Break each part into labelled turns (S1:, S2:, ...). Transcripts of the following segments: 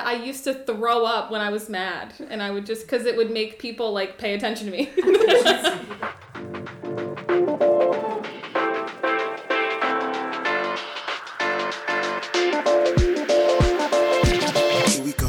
S1: I used to throw up when I was mad, and I would just because it would make people like pay attention to me.
S2: Here we go.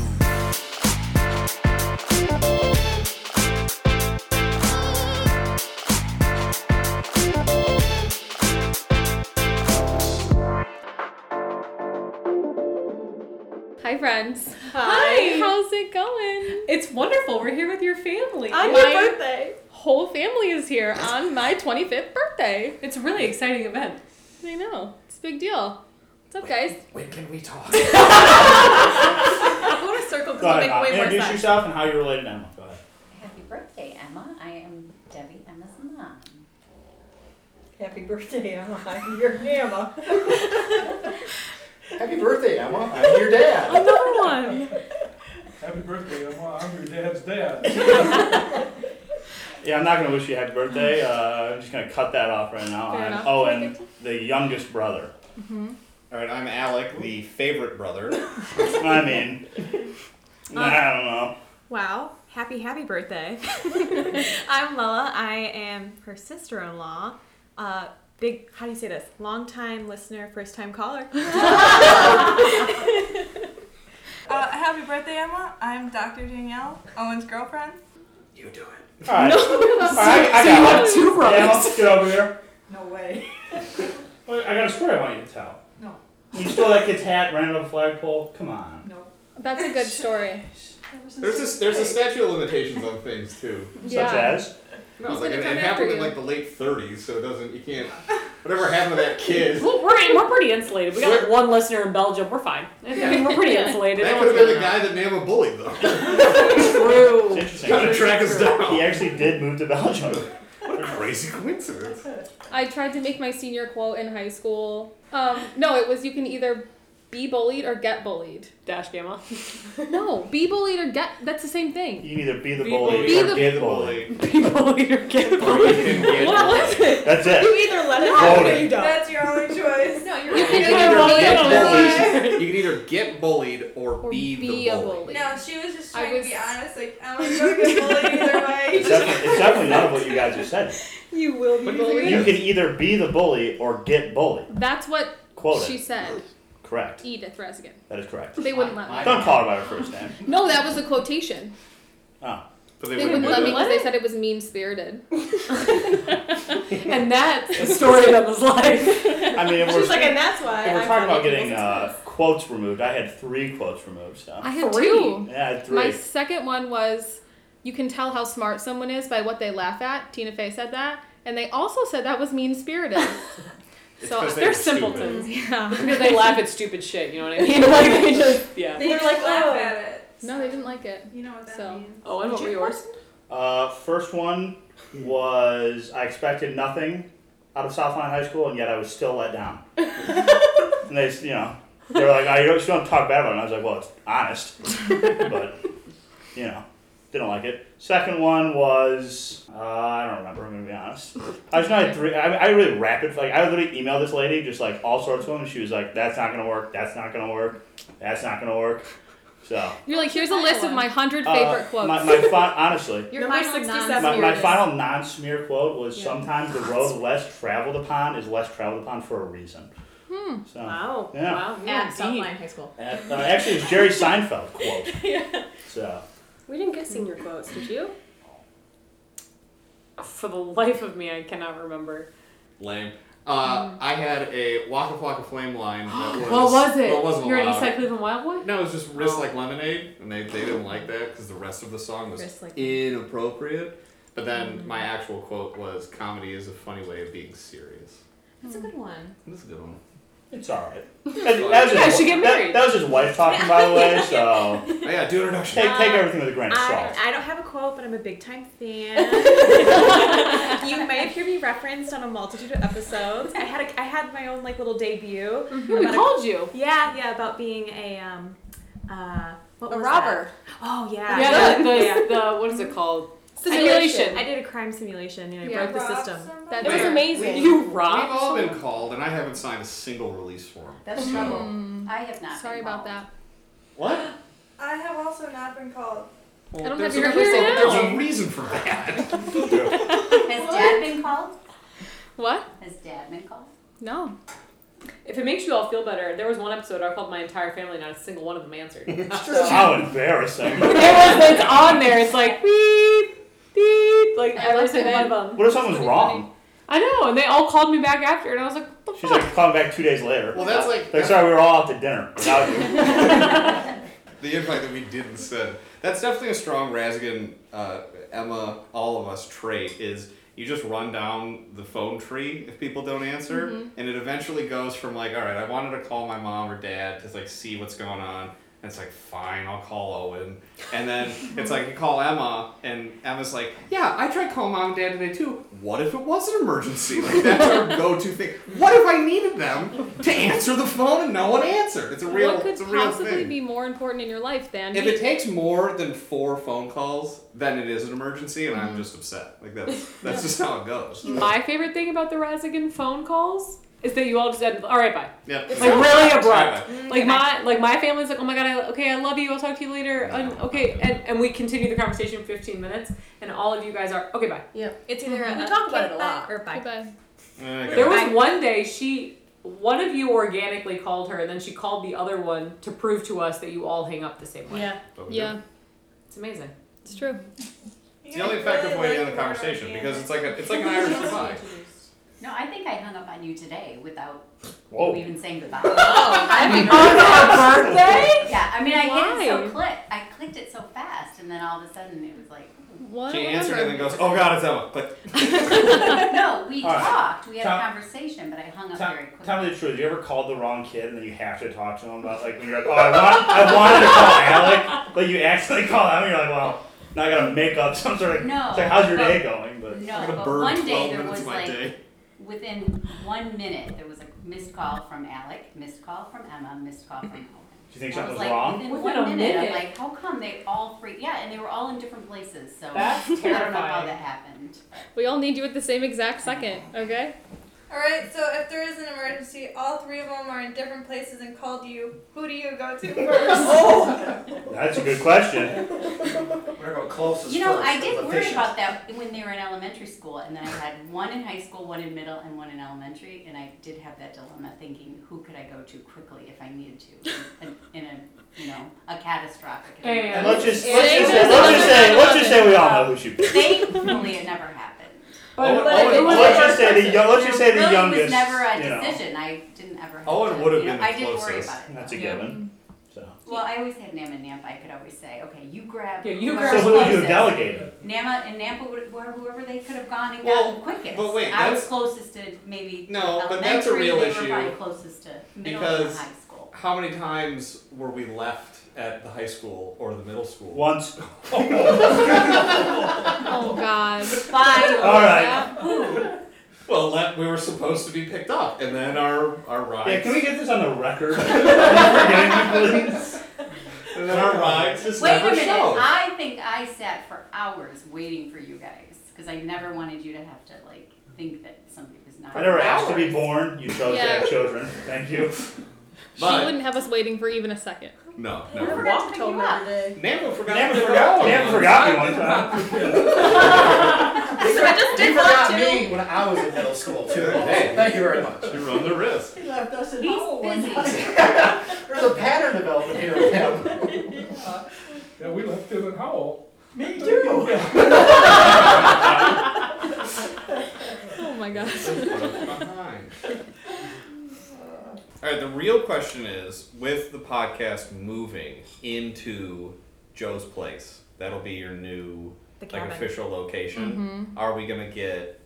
S1: Hi, friends.
S3: Hi.
S1: How's it going?
S3: It's wonderful. We're here with your family.
S4: On
S1: My-
S4: your birthday.
S1: Whole family is here on my 25th birthday.
S3: It's a really exciting event.
S1: I know. It's a big deal. What's up, guys?
S5: When can we talk?
S4: I want to circle
S6: Go ahead,
S4: because
S6: Emma.
S4: make way more
S6: Introduce
S4: sense.
S6: yourself and how you're related to Emma. Go ahead.
S7: Happy birthday, Emma. I am Debbie Emma's mom.
S4: Happy birthday, Emma. I'm your grandma.
S5: Happy birthday, Emma. I'm your dad.
S3: Another one.
S8: Happy birthday, Emma. I'm your dad's dad.
S6: Yeah, I'm not gonna wish you happy birthday. Uh, I'm just gonna cut that off right now.
S1: Fair
S6: I'm
S1: enough.
S6: Owen, the youngest brother.
S5: All right, I'm Alec, the favorite brother.
S6: I mean, I don't know.
S4: Wow. Happy, happy birthday. I'm Lella. I am her sister in law. Uh, big, how do you say this? Long time listener, first time caller.
S9: Uh, happy birthday, Emma. I'm Dr. Danielle, Owen's girlfriend.
S5: You do it.
S6: All right, all right, I got it.
S3: two
S6: Emma, get over here.
S4: No way.
S6: Wait, I got a story I want you to tell.
S4: No.
S6: You stole that kid's hat, ran it up a flagpole. Come on.
S4: No.
S1: That's a good story.
S5: There's a, there's a statute of limitations on things, too.
S6: Such
S1: yeah.
S6: as
S5: No,
S1: He's
S5: like,
S1: gonna
S5: it,
S1: come
S5: it
S1: after
S5: happened in
S1: you.
S5: like the late 30s, so it doesn't, you can't, whatever happened to that kid.
S3: Well, we're, we're pretty insulated. We got like
S5: We're-
S3: one listener in Belgium. We're fine. I mean, we're pretty
S1: Yeah.
S3: insulated.
S5: That
S3: No
S5: could have
S3: one's
S5: been the guy
S3: gonna know.
S5: that Mama bullied, though.
S3: True.
S6: it's
S5: Trying to
S6: interesting.
S5: track us down.
S6: He actually did move to Belgium.
S5: What a crazy coincidence.
S1: I tried to make my senior quote in high school. Um, no, it was you can either be bullied or get bullied.
S3: Dash Gamma.
S1: No, be bullied or get. That's the same thing.
S6: You can either be the
S3: Be
S6: bully
S1: bullied.
S6: or
S1: Be the
S6: get bullied.
S5: Bully.
S3: People later get
S5: Or you can get
S1: What was it?
S6: That's it.
S4: You either let
S6: Loaded.
S4: it happen or you don't.
S9: That's your only choice.
S4: No,
S1: You
S4: you're
S1: can
S5: You
S1: either
S5: can
S1: be
S5: get
S1: a
S5: bullied.
S1: bully
S5: You can either get bullied or,
S1: or
S5: be,
S1: be
S5: the
S1: a
S5: bully.
S1: bully.
S9: No, she was just
S1: I
S9: trying
S1: was-
S9: to be honest. Like, Emma, you don't get bullied either way.
S6: It's definitely, it's definitely none of what you guys just said.
S1: You will be
S5: What do you think
S1: bullied.
S6: You can either be the bully or get bullied.
S1: That's what
S6: Quote
S1: she
S6: it.
S1: said.
S6: Correct.
S1: Edith Resigan.
S6: That is correct.
S1: They wouldn't let me.
S6: Don't call her by her first name.
S1: No, that was a quotation.
S6: Oh.
S5: But
S1: They wouldn't let me because they said it was mean spirited.
S3: And that's a story of Emma's life.
S6: I mean, if we're,
S4: She's like, and that's why.
S6: if we're
S4: I'm
S6: talking
S4: not
S6: about
S4: making
S6: getting
S4: this
S6: uh,
S4: mess."
S6: quotes removed, I had three quotes removed. So.
S1: I had
S3: Three.
S1: two.
S6: yeah, I had three.
S1: My second one was you can tell how smart someone is by what they laugh at. Tina Fey said that. And they also said that was mean spirited. so
S5: because they
S3: They're
S5: were stupid.
S3: simpletons.
S1: yeah.
S3: Because they laugh at stupid shit, you know what I mean? Like, they just, yeah.
S4: They're
S9: just
S4: like,
S9: laugh
S4: oh.
S9: at it.
S1: No, they didn't like it.
S9: You know what that
S1: So.
S9: means.
S3: Oh, and what were yours?
S6: Uh, first one was I expected nothing out of Southline High School, and yet I was still let down. and they, you know, they were like, "I don't, you don't talk bad about it." And I was like, "Well, it's honest," but you know, didn't like it. Second one was uh, I don't remember. I'm gonna be honest. I just know I had three. I, mean, I really rapid like I literally emailed this lady just like all sorts of them. And she was like, "That's not gonna work. That's not gonna work. That's not gonna work." So
S1: You're like, here's a list of my 100
S6: uh,
S1: favorite quotes.
S6: My, my fi- honestly.
S1: Your
S4: Number
S1: final
S4: 67.
S1: non-
S6: My, my
S4: Serious.
S6: final non-smear quote was:
S1: Yeah.
S6: "Sometimes the road less traveled upon is less traveled upon for a reason." Hmm. So,
S3: Wow.
S6: Yeah.
S3: Wow.
S4: At
S3: Yeah,
S4: Southline
S3: indeed.
S4: High School.
S6: and, uh, actually, it's Jerry Seinfeld quote. So,
S3: We didn't get senior quotes, did you? For the life of me, I cannot remember.
S5: Lame. Uh, I had a Waka Flocka Flame line that was.
S3: what was it?
S5: Well, it wasn't
S3: You're an
S5: allowed.
S3: East Side Cleveland Wild Boy?
S5: No, it was just
S4: Oh.
S5: Wrist Like Lemonade, and they, they didn't like that because the rest of the song was
S4: Wrist Like- Mm.
S5: inappropriate. But then my actual quote was comedy is a funny way of being serious.
S4: That's a good one.
S5: That's a good one.
S6: it's all right. That, that was his-
S3: Yeah, she get
S6: that-
S3: married.
S6: That, was his wife talking, by the way. So,
S5: Oh, yeah, do introduction.
S6: take, take everything with a grain of
S4: I,
S6: salt.
S4: I don't have a quote, but I'm a big time fan. you may have heard me referenced on a multitude of episodes. I had a, I had my own like little debut.
S3: We
S4: about a-
S3: called Mm-hmm. you.
S4: yeah, yeah, about being a um, uh, what
S3: A
S4: was
S3: robber.
S4: that? Oh yeah,
S3: Yeah, the, the, the, what is it called?
S1: Simulation.
S4: I did a crime simulation and I
S1: Yeah.
S4: broke the
S9: Rob
S4: system.
S9: somebody?
S1: That
S5: Wait,
S1: was amazing.
S3: You
S5: We've
S3: robbed.
S5: all been called, and I haven't signed a single release form.
S7: That's trouble. I have not.
S1: Mm. Sorry
S7: been
S1: about
S7: called.
S1: that.
S5: What?
S9: I been called?
S3: Well,
S1: I don't
S3: there's
S1: have your
S3: a reason-
S1: hair
S5: There's
S1: down.
S5: a reason for that.
S7: Has dad been called?
S1: What?
S7: Has dad been called?
S1: No.
S3: If it makes you all feel better, there was one episode I called my entire family, not a single one of them answered. So-
S6: How embarrassing.
S3: There was it's on there. It's like beep, beep, like
S1: I
S3: every
S1: like
S3: single
S1: that.
S3: one of them.
S6: What if someone's wrong?
S3: I know, and they all called me back after, and I was like, what the
S6: She's
S3: fuck?
S6: like calling back two days later.
S5: Well, that's like
S6: Like, sorry, we were all out to dinner without you.
S5: the invite that we didn't send. That's definitely a strong Rasgan, uh, Emma, all of us trait is you just run down the phone tree if people don't answer,
S1: Mm-hmm.
S5: and it eventually goes from like, all right, I wanted to call my mom or dad to like see what's going on. And it's like, fine, I'll call Owen. And then it's like, you call Emma, and Emma's like, yeah, I tried calling mom and dad today too. What if it was an emergency? Like, that's our go to thing. What if I needed them to answer the phone and no one answered? It's a real,
S1: what could
S5: it's a real
S1: possibly
S5: thing.
S1: be more important in your life than
S5: If
S1: me?
S5: it takes more than four phone calls, then it is an emergency, and
S7: Mm-hmm.
S5: I'm just upset. Like that's that's just how it goes.
S3: My favorite thing about the Razigan phone calls is that you all just said, all right, bye.
S5: Yeah,
S3: It's like really abrupt.
S5: Sorry about
S3: Like my like my family's like, oh my god, I, okay, I love you. I'll talk to you later. And, okay, and, and we continue the conversation for 15 minutes, and all of you guys are okay, bye.
S4: It's either a
S9: We talk about it a
S4: kickback
S9: lot.
S4: or bye.
S1: Goodbye.
S5: that. Eh, I got
S3: There
S5: it.
S3: was one day she, one of you organically called her, and then she called the other one to prove to us that you all hang up the same way.
S5: But we did.
S1: Yeah,
S3: It's amazing.
S1: it's true.
S9: You
S5: It's the only
S9: guys
S5: effective
S9: really like
S5: way to end the
S9: Laura
S5: conversation
S9: Ingalls.
S5: because it's like a, it's like an Irish goodbye.
S7: No, I think I hung up on you today without
S5: Oh.
S6: Whoa.
S7: even saying goodbye.
S3: On her birthday?
S7: yeah, I mean, I hit it so
S1: Why?
S7: click. I clicked it so fast, and then all of a sudden it was like,
S1: What?
S5: She
S1: a
S5: answered
S1: wonder.
S5: and then goes, "Oh God, it's Emma." Click.
S7: no, we
S6: All right.
S7: talked. We had a
S6: Tom-
S7: conversation, but I hung up
S6: Tell,
S7: very quickly.
S6: tell me the truth. You ever called the wrong kid and then you have to talk to him about like when you're like, oh, I want, I wanted to call. I like, like you accidentally call him. And you're like, well, now I gotta make up some sort of.
S7: No,
S6: It's like, how's your
S7: but-
S6: day going? But
S5: I'm
S7: no,
S5: gonna
S7: but
S5: burn
S7: one day
S5: twelve
S7: there
S5: minutes
S7: was
S5: of my
S7: like
S5: day.
S7: within one minute there was a missed call from Alec, missed call from Emma, missed call from Owen.
S6: do you think
S7: That
S6: something was
S7: like
S6: wrong?
S7: Within,
S3: Within
S7: one
S3: a
S7: minute,
S3: minute.
S7: I'm like, how come they all free? Yeah, and they were all in different places. So
S3: That's
S7: I don't know how
S3: terrifying.
S7: that happened.
S1: We all need you at the same exact second, okay?
S9: All right, so if there is an emergency, all three of them are in different places and called you. Who do you go to first?
S4: Oh.
S6: That's a good question.
S8: We're gonna go closest
S7: You know,
S8: first,
S7: I did
S8: but
S7: worry
S8: this
S7: about that when they were in elementary school, and then I had one in high school, one in middle, and one in elementary, and I did have that dilemma thinking, who could I go to quickly if I needed to in, in a you know a catastrophic.
S3: Hey,
S6: And
S7: event?
S6: let's just
S3: Yeah.
S6: let's just say
S1: Same
S6: let's
S1: as
S6: just say let's
S1: another
S6: just say we all know who she. is.
S7: Thankfully, it never happened.
S5: Owen,
S3: but
S5: Owen,
S3: it was
S6: Let's
S3: the
S6: just
S3: first
S6: say the
S3: person.
S6: yo- let's just say the
S7: really was
S6: youngest.
S7: never a
S6: you know.
S7: decision. I didn't ever. Have
S5: Owen
S7: to,
S5: would have
S7: you know,
S5: been the
S7: I did worry
S5: closest.
S7: about it.
S6: That's a
S7: though.
S3: Yeah.
S6: given. So,
S7: Well, I always had Nama and Nampa. I could always say, okay, you grab.
S3: Yeah, you
S7: whoever's
S6: so
S3: grab
S6: who would you have
S7: closest.
S6: delegated?
S7: Nama and Nampa would, were whoever they could have gone and
S5: Well,
S7: gotten quickest.
S5: but wait,
S7: I was
S5: that's-
S7: closest to maybe.
S5: No, but
S7: elementary,
S5: that's a real
S7: they
S5: issue,
S7: Were probably closest to middle and
S5: because-
S7: high school.
S5: How many times were we left at the high school or the middle school?
S6: Once.
S1: Oh God.
S7: Bye.
S6: All right.
S5: Well, le- we were supposed to be picked up, and then our our rides.
S6: Yeah, can we get this on the record? Forgetting you, please.
S5: And then our rides just
S7: Wait a
S5: never
S7: minute.
S5: showed.
S7: I think I sat for hours waiting for you guys because I never wanted you to have to like think that somebody was not.
S6: I never asked to be born. You chose to
S1: Yeah.
S6: have children. Thank you.
S1: she
S5: But-
S1: wouldn't have us waiting for even a second.
S5: No,
S7: I
S5: no.
S7: forgot to pick you up.
S5: Nampa forgot.
S6: Never
S5: to
S6: forgot.
S5: go.
S6: Never forgot me one time.
S9: so I just
S8: They
S9: did
S8: forgot
S9: one too.
S8: me when I was in middle school too.
S5: Hey.
S8: Thank you very much.
S5: You run the risk.
S8: He left us at
S10: Oh,
S7: He's busy.
S8: There's a pattern development here with him. Yeah, we left him in Howell.
S11: Me too.
S1: Oh my gosh.
S5: All right, the real question is with the podcast moving into Joe's place, that'll be your new
S4: The
S5: like
S4: cabin.
S5: official
S11: Mm-hmm.
S5: location. Are we going to get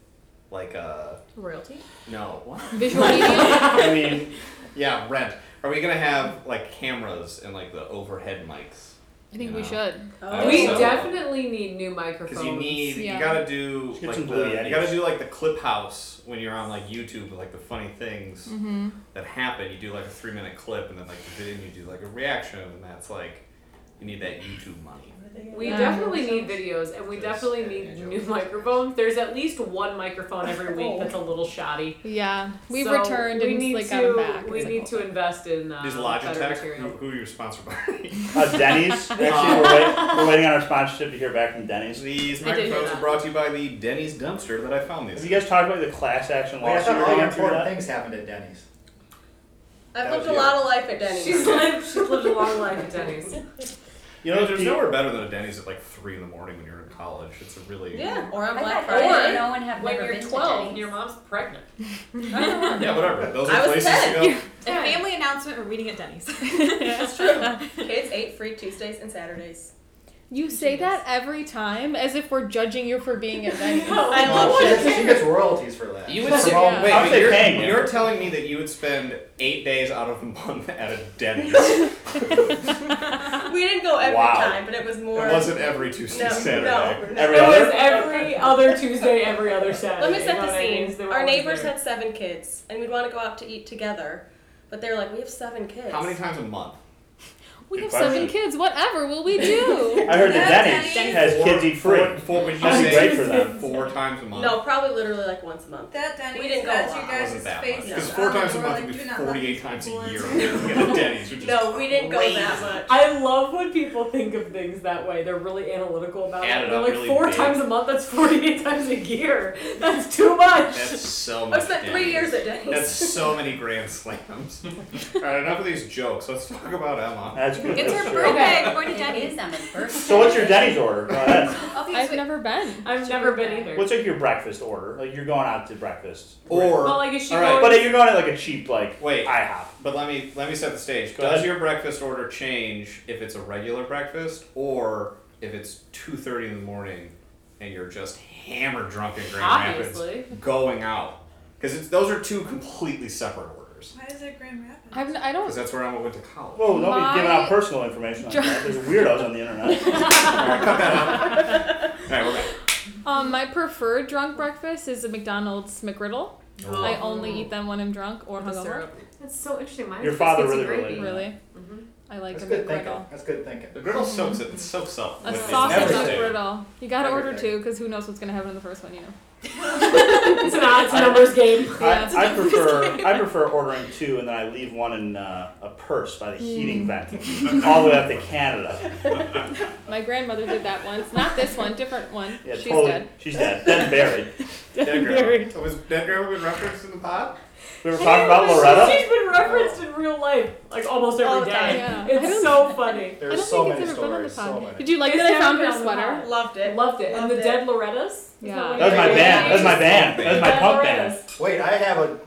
S5: like a
S4: Royalty?
S5: no, what?
S1: Visual medium.
S5: I mean, yeah, rent. Are we going to have like cameras and like the overhead mics?
S1: I think we should.
S5: I
S3: We
S5: also-
S3: definitely need new microphones.
S5: Because you need,
S1: Yeah.
S5: you gotta do
S6: Just get
S5: like
S6: some
S5: the,
S6: Blue
S5: you
S6: Yetis.
S5: gotta do like the clip house when you're on like YouTube with like the funny things that happen. You do like a three minute clip and then like the video, and you do like a reaction, and that's like You need that YouTube money.
S3: We
S4: Yeah.
S3: definitely need videos, and we
S5: There's
S3: definitely
S5: an
S3: need
S5: angel.
S3: new microphones. There's at least one microphone every week that's a little shoddy.
S1: Yeah, we've
S3: So
S1: returned
S3: we
S1: and
S3: need
S1: like
S3: to,
S1: got them back.
S3: We
S1: It's
S3: need
S1: like,
S3: to invest in uh,
S5: Is
S3: better
S5: Logitech who,
S3: material.
S5: who are you sponsored by?
S6: Uh, Denny's. Actually, we're, wait, we're waiting on our sponsorship to hear back from Denny's.
S5: These
S4: I did hear
S5: microphones
S4: that.
S5: are brought to you by the Denny's dumpster that I found
S6: Have
S5: these.
S6: you
S5: in.
S6: guys talked about the class action
S11: Well, I
S6: lawsuit?
S11: thought all
S6: going
S11: the
S6: through
S11: important
S6: that?
S11: things happened at Denny's.
S5: That
S10: I've
S5: was
S10: lived a
S5: you.
S10: lot of life at Denny's.
S3: She's lived, she's lived a long life at Denny's.
S6: You know,
S5: there's
S6: the-
S5: nowhere better than a Denny's at like three in the morning when you're in college. It's a really
S10: yeah, or on
S7: I
S10: Black
S7: thought
S10: Friday.
S7: I didn't know and have
S10: when
S7: never
S10: you're
S7: been to
S10: 12,
S7: Denny's.
S3: Your mom's pregnant.
S5: yeah, whatever. Those
S10: I
S5: are
S10: was
S5: places to go.
S4: A family announcement we're reading at Denny's.
S1: oh.
S10: That's true. Kids ate free Tuesdays and Saturdays.
S1: you say that every time as if we're judging you for being at Denny's.
S4: I
S11: Well,
S4: love
S11: she,
S4: it.
S11: gets, she gets royalties for that.
S5: You would say,
S1: Yeah.
S5: wait,
S6: I would
S5: but
S6: say
S5: you're,
S6: paying them.
S5: you're telling me that you would spend eight days out of the month at a Denny's.
S10: We didn't go every
S6: Wow.
S10: time, but it was more.
S5: it wasn't every Tuesday,
S10: no,
S5: Saturday.
S10: no, no.
S6: Every
S3: It was
S6: other.
S3: every other Tuesday, every other Saturday.
S10: Let me
S3: You
S10: set
S3: know
S10: the
S3: what I mean? They
S10: scene.
S3: were
S10: Our
S3: always
S10: neighbors
S3: there.
S10: had seven kids, and we'd want to go out to eat together, but they were like, "We have seven kids."
S5: How many times a month?
S1: we
S6: Good
S1: have seven
S6: question.
S1: kids. Whatever will we do?
S6: I heard that
S9: Denny's.
S6: Denny's has
S5: Four-
S6: kids eat free.
S5: Four, four, would you
S6: That'd be
S5: say
S6: great for them.
S5: Four times a month.
S10: No, probably literally like once a month.
S9: That Denny's
S10: We didn't go
S9: has
S10: a
S9: you
S10: lot.
S5: It
S9: guys'
S5: wasn't that much.
S9: faces.
S5: Because
S9: on
S5: four
S9: it.
S5: times a
S9: We're
S5: month
S9: like,
S5: would be
S9: "Do not let
S5: 48 times a
S9: people
S5: year.
S9: in."
S5: Get a Denny's, which is
S10: No, we didn't go
S5: crazy.
S10: that much.
S3: I love when people think of things that way. They're really analytical about
S5: Add
S3: it.
S5: it
S3: They're
S5: up
S3: like
S5: really
S3: four
S5: big.
S3: times a month. That's forty-eight times a year. That's too much.
S5: That's so much.
S10: I spent three
S5: Denny's.
S10: years at Denny's.
S5: That's so many grand slams. All right, enough of these jokes. Let's talk about Emma.
S6: That's good.
S4: It's her
S6: Sure.
S4: birthday. We're going to
S7: It
S4: Denny's.
S7: is Emma's birthday.
S6: So what's your Denny's order? Go ahead.
S1: I've
S9: Okay, so
S1: never been.
S3: I've never been either.
S6: What's like your breakfast order? Like you're going out to breakfast,
S5: Or,
S3: well, like is she
S5: All right.
S3: going?
S6: but uh, you're going at like a cheap like
S5: Wait.
S6: IHOP.
S5: but let me let me set the stage.
S6: Go
S5: Does
S6: ahead.
S5: your breakfast order change if it's a regular breakfast or if it's two thirty in the morning and you're just hammered drunk in Grand
S3: Obviously.
S5: Rapids going out? Because those are two completely separate orders.
S9: Why is it Grand Rapids?
S1: I've, I don't.
S5: Because that's where Emma went to college.
S6: Whoa! Don't
S1: My-
S6: be giving out personal information. Like that. There's weirdos on the internet.
S5: All right, we're back.
S1: Um, my preferred drunk breakfast is a McDonald's McGriddle.
S5: Oh.
S1: I only eat them when I'm drunk or
S4: The
S1: hungover.
S4: syrup.
S3: That's so interesting. Mine
S6: Your
S3: is
S6: father
S3: biscuits and
S6: really
S3: gravy.
S6: related.
S1: Really, I like
S11: That's
S1: a
S11: good thinking.
S1: McGriddle.
S11: That's good thinking.
S5: The griddle soaks it. It soaks up.
S1: A
S5: with
S1: sausage
S5: everything.
S1: McGriddle. You gotta order
S11: Everything.
S1: two because who knows what's gonna happen in the first one, you know.
S3: It's not. It's a numbers game.
S1: Yeah.
S6: I, I prefer I prefer ordering two and then I leave one in uh, a purse by the heating vent all the way up to Canada.
S1: My grandmother did that once. Not this one, different one.
S6: Yeah,
S1: She's
S6: totally.
S1: dead.
S6: She's dead. Dead and buried.
S5: Dead
S1: Buried.
S5: grandma. Was dead grandma been referenced in the pod?
S6: We were talking about
S3: She-
S6: Loretta.
S3: She's been referenced in real life, like almost
S10: All
S3: every
S10: the
S3: day.
S10: time.
S1: Yeah. I
S3: It's
S1: don't-
S3: so funny.
S1: I don't
S11: There's so
S1: think
S11: many
S1: it's ever been on the
S11: stories.
S1: pod.
S11: So many.
S1: Did you like
S3: It's
S1: that I
S3: never
S1: found
S3: been
S1: her
S3: on the
S1: sweater?
S3: pod.
S10: Loved it.
S3: Loved it. and
S10: Loved
S3: the
S10: it.
S3: dead Loretta's.
S1: Yeah.
S6: That was my band. That was my band. That was my
S3: Dead
S6: punk band.
S3: Loretta's.
S11: Wait, I have a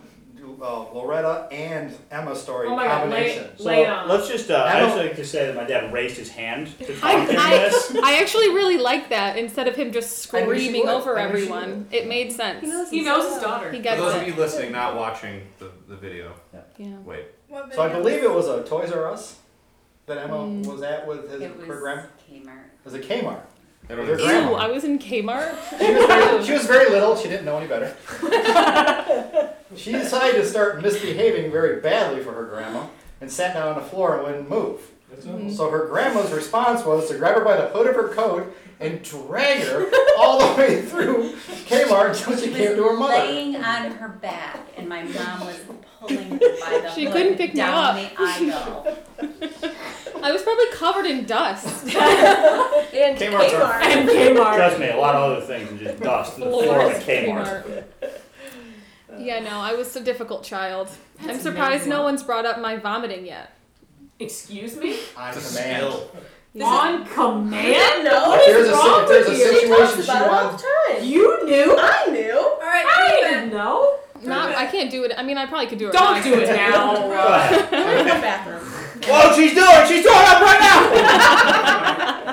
S11: uh, Loretta and Emma story
S3: Oh my God,
S11: combination.
S3: lay-
S6: So
S3: lay it on.
S6: let's just. Uh, I
S11: I don't-
S6: just like to say that my dad raised his hand to talk
S1: I,
S6: in this.
S1: I, I actually really like that instead of him just
S11: I knew she
S1: screaming
S11: would.
S1: over
S11: I knew she
S1: everyone. It made sense. He,
S3: He knows his daughter.
S5: For
S1: gets
S5: those of
S1: it.
S5: you listening, not watching the, the video,
S1: Yeah.
S5: wait.
S9: What
S11: So I
S9: video?
S11: believe it was a Toys R Us that Emma
S1: Mm.
S11: was at with his
S7: It was
S11: her grand.
S7: Kmart.
S11: It was a Kmart.
S5: I don't
S11: Your
S5: know.
S1: Ew,
S11: grandma.
S1: I was in Kmart.
S11: She was, very, she was very little. She didn't know any better. she decided to start misbehaving very badly for her grandma and sat down on the floor and wouldn't move.
S8: That's all.
S11: So her grandma's response was to grab her by the hood of her coat and drag her all the way through Kmart until she
S7: She
S11: came
S7: was
S11: to her mother.
S7: laying on her back, and my mom was pulling her by the
S1: She
S7: hood
S1: couldn't pick me
S7: down
S1: up.
S7: the aisle.
S1: I was probably covered in dust.
S10: And
S5: Kmart's are-
S10: Kmart.
S3: And Kmart.
S6: Trust me, a lot of other things and just dust in the floor of a Kmart.
S1: Kmart. Yeah, no, I was a difficult child. I'm surprised no one's brought up my vomiting yet.
S3: Excuse me?
S11: On
S5: It's a
S11: command.
S5: skill.
S3: On command?
S10: No.
S11: If there's a,
S3: wrong
S11: if there's a
S3: with you?
S10: She talks
S11: situation she
S10: about it all
S11: wants,
S10: the time.
S3: You knew?
S10: I knew.
S9: All right,
S3: I
S9: Nathan.
S3: didn't know.
S1: Not, I can't do it. I mean, I probably could do it.
S3: Don't
S1: right
S3: do it
S6: Go
S3: now.
S6: ahead.
S10: I'm gonna go to the bathroom.
S6: Whoa, she's doing! She's throwing up right now!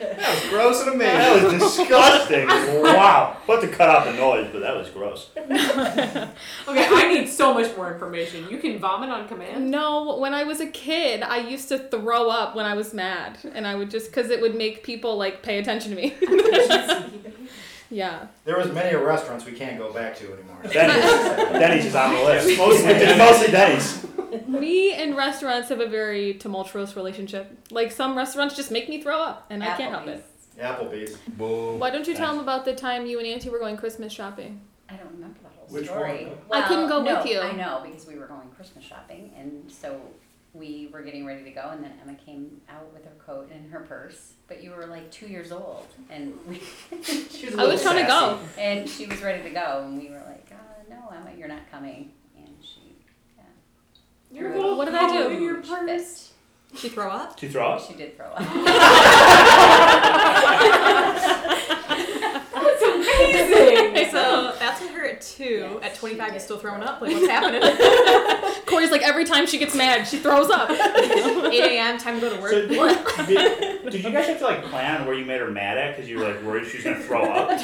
S5: That was gross and amazing.
S6: That was disgusting. Wow. But to cut off the noise, but that was gross.
S3: Okay, I need so much more information. You can vomit on command?
S1: No, when I was a kid, I used to throw up when I was mad, and I would just because it would make people like pay attention to me. yeah,
S11: there was many restaurants we can't go back to anymore.
S6: Denny's. Denny's is on the list. Mostly, it's mostly Denny's.
S1: me and restaurants have a very tumultuous relationship. Like some restaurants just make me throw up, and I can't help it.
S11: Applebee's.
S5: Boom.
S1: Why don't you tell them about the time you and Auntie were going Christmas shopping?
S7: I don't remember that whole
S8: Which
S7: story.
S8: one?
S1: I couldn't go
S7: no,
S1: with you.
S7: I know because we were going Christmas shopping, and so we were getting ready to go, and then Emma came out with her coat and her purse. But you were like two years old, and we, she was a
S1: I was
S7: little
S1: trying to go.
S7: sassy. and she was ready to go, and we were like, uh, "No, Emma, you're not coming." And she, yeah,
S3: Your
S7: threw
S3: little
S1: What did I
S3: coat
S1: do?
S3: in your
S7: huge
S3: purse.
S7: fist.
S4: She throw up?
S6: Did you throw up?
S7: She did throw up.
S4: Amazing. so that's what her at two.
S7: Yes,
S4: at 25,
S7: she
S4: you're
S7: did
S4: still throwing
S7: throw
S4: up. Like, what's happening? 8
S1: Corey's like every time she gets mad, she throws up.
S4: a.m., time to go to work.
S6: So, did, did you guys have to like plan where you made her mad at because you were like worried she was gonna throw up? Like,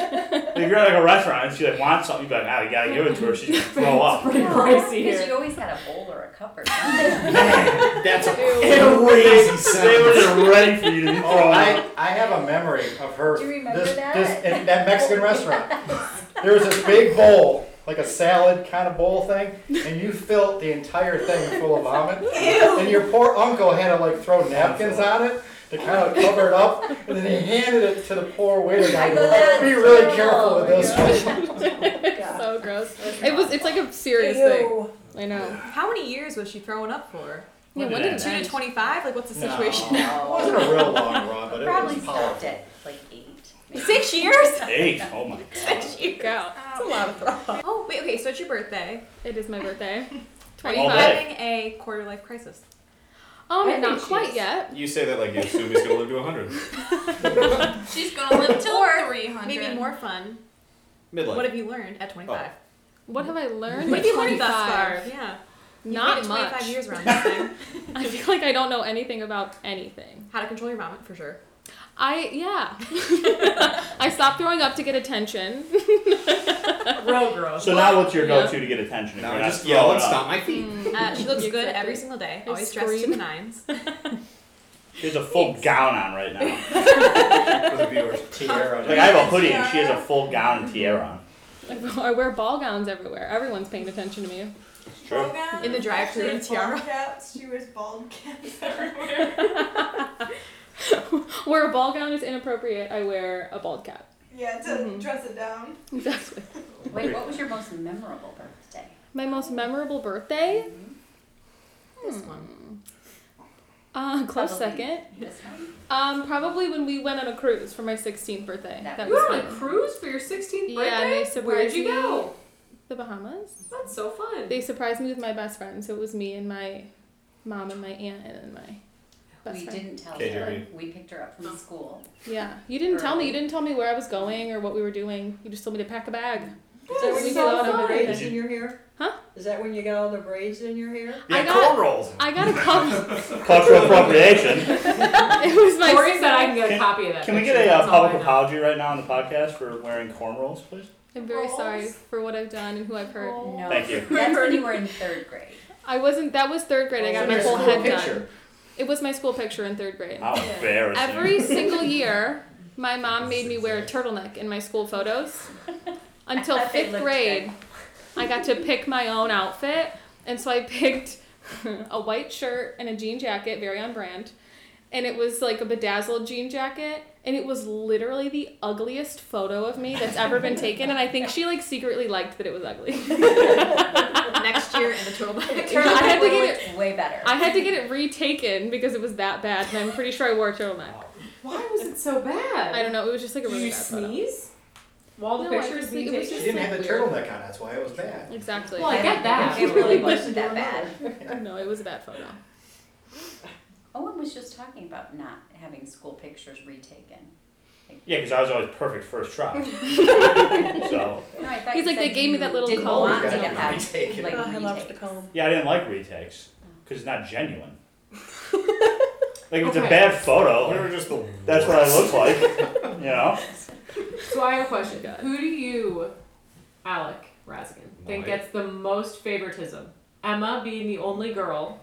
S6: if you're at like a restaurant and she like wants something, you'd be like, ah, you gotta give it to her. She's gonna throw up.
S3: Pretty pricey
S7: Because
S3: here.
S7: you always had a bowl or a cup or something.
S11: That's a
S6: Crazy They were just ready for you to throw
S11: Oh,
S6: up.
S11: I, I have a memory of her.
S7: Do you remember
S11: this,
S7: that?
S11: This, in that Mexican restaurant. There was this big bowl, like a salad kind of bowl thing, and you filled the entire thing full of vomit. And your poor uncle had to like throw napkins on it to kind of cover it up, and then he handed it to the poor waiter guy.
S7: I
S11: Be
S7: know that's
S11: really careful with
S7: terrible.
S5: Oh
S11: this one.
S1: so gross. It was. It's like a serious thing. I know.
S4: How many years was she throwing up for?
S1: Yeah,
S6: When
S1: when
S6: did
S1: did
S6: it
S1: it
S4: Two to
S1: end?
S4: 25? Like, what's the
S11: No.
S4: situation?
S11: It wasn't a real long run, but it
S7: Probably
S11: was
S7: stopped
S11: powerful.
S7: at like eight. maybe.
S4: Six years?
S6: Eight. Oh my god.
S4: Six years.
S1: Go.
S4: That's a
S9: Uh,
S4: lot of throw up. Oh, wait, okay, so it's your birthday.
S1: It is my birthday.
S4: Are
S1: Twenty
S4: you
S6: All day.
S1: five.
S4: having a quarter life crisis?
S1: Um,
S3: think
S1: not
S3: she
S1: quite
S3: is.
S1: yet.
S5: You say that like you assume he's gonna live to hundred.
S9: She's gonna live till 300.
S4: Maybe more fun.
S5: Midlife.
S4: What have you learned at 25?
S11: Oh.
S1: What have I learned?
S4: What
S1: at
S4: have you learned thus
S1: 25?
S4: far? Yeah. You've
S1: Not
S4: made it
S1: much.
S4: 25 years around this thing.
S1: I feel like I don't know anything about anything.
S4: How to control your vomit, for sure.
S1: I yeah. I stopped throwing up to get attention.
S3: Real gross.
S6: So now what's your
S1: Yeah.
S6: go-to to get attention? if
S5: Now
S6: you're
S5: I
S6: not
S5: just yell
S6: throwing
S5: and
S6: up?
S5: stomp my feet.
S4: Uh, she looks good every
S1: Exactly.
S4: single day.
S1: I
S4: Always dressed to the
S1: scream.
S4: nines.
S6: She has a full gown on right now.
S5: For the viewers.
S11: Tiara.
S6: Like I have a hoodie and she has a full gown and tiara on.
S1: I wear ball gowns everywhere. Everyone's paying attention to me.
S6: True.
S4: In the drive-thru
S9: Actually,
S4: in Tiara. Mm-hmm.
S9: bald caps. She wears bald caps everywhere.
S1: Where a ball gown is inappropriate, I wear a bald cap.
S9: Yeah, to
S1: Mhm.
S9: dress it down.
S1: Exactly.
S7: Wait, what was your most memorable birthday?
S1: My most memorable birthday?
S4: This one.
S1: Uh, close
S7: Probably
S1: second.
S7: This one?
S1: Um, probably when we went on a cruise for my 16th birthday.
S7: That
S1: That
S3: You
S1: was
S3: were on a
S1: fun.
S3: cruise for your 16th birthday?
S1: Yeah, and they
S3: Where'd
S1: surprised
S3: you
S1: me.
S3: go?
S1: The Bahamas.
S3: That's so fun.
S1: They surprised me with my best friend, so it was me and my mom and my aunt and then my best
S7: we
S1: friend.
S7: didn't tell
S5: Okay,
S7: her.
S5: Jeremy.
S7: We picked her up from school.
S1: Yeah, you didn't tell me. You
S7: Early.
S1: didn't tell me where I was going or what we were doing. You just told me to pack a bag.
S10: Is that when
S1: We
S10: you
S1: go
S10: got
S1: out
S10: all
S1: on
S10: the
S1: a
S10: braids
S1: date.
S10: in your hair?
S1: Huh?
S10: Is that when you got all the braids in your hair?
S1: I
S5: Yeah,
S1: got-
S5: corn rolls.
S1: I got a couple.
S6: Cultural appropriation.
S1: it was my.
S3: Corey said I can get a
S6: Can-
S3: copy of that.
S6: Can we
S3: picture.
S6: get a
S3: That's
S6: uh,
S3: all I
S6: public
S3: know.
S6: apology right now on the podcast for wearing cornrows, please?
S1: I'm very sorry
S9: Rolls.
S1: for what I've done and who I've hurt.
S7: No.
S6: Thank you.
S7: That's when you were in third grade.
S1: I wasn't. That was third grade. I got my
S11: Your
S1: whole
S11: school
S1: head done.
S11: picture.
S1: It was my school picture in third grade.
S6: How embarrassing.
S1: Every single year, my mom made me wear a turtleneck in my school photos. Until
S7: I thought they
S1: fifth
S7: looked
S1: grade, I got to pick my own outfit. And so I picked a white shirt and a jean jacket, very on brand. And it was like a bedazzled jean jacket. And it was literally the ugliest photo of me that's ever been taken. And I think she like secretly liked that it was ugly.
S4: Next year in the turtleneck.
S1: I had to get it.
S7: It's way better.
S1: I had to get it retaken because it was that bad, and I'm pretty sure I wore a turtleneck.
S3: Why was it so bad?
S1: I don't know. It was just like a
S3: Did
S1: really
S3: you
S1: bad photo.
S3: sneeze? While the
S1: No, I
S3: picture is
S1: just-
S3: being
S1: it was
S11: She
S1: just-
S3: taken?
S11: didn't have the
S1: Weird.
S11: turtleneck on. That's why it was bad.
S1: Exactly.
S3: Well, I get that.
S7: It really wasn't that bad.
S1: no, it was a bad photo.
S7: Owen was just talking about not having school pictures retaken.
S6: Yeah, because I was always perfect first try. so
S7: No, I thought
S1: He's
S7: you
S1: like, they
S7: said
S1: gave me
S7: you
S1: that little
S7: didn't
S1: comb.
S7: want to
S11: Yeah,
S7: have,
S11: retaken.
S7: like,
S10: Oh, I loved the
S7: retakes.
S10: comb.
S6: yeah, I didn't like retakes because it's not genuine. Like if it's a
S3: Okay.
S6: bad
S5: We
S6: photo,
S5: were just the
S6: that's what I look like. You know.
S3: So I have a question.
S1: Oh God.
S3: Who do you, Alec Raskin,
S5: Mike.
S3: think gets the most favoritism? Emma being the only girl,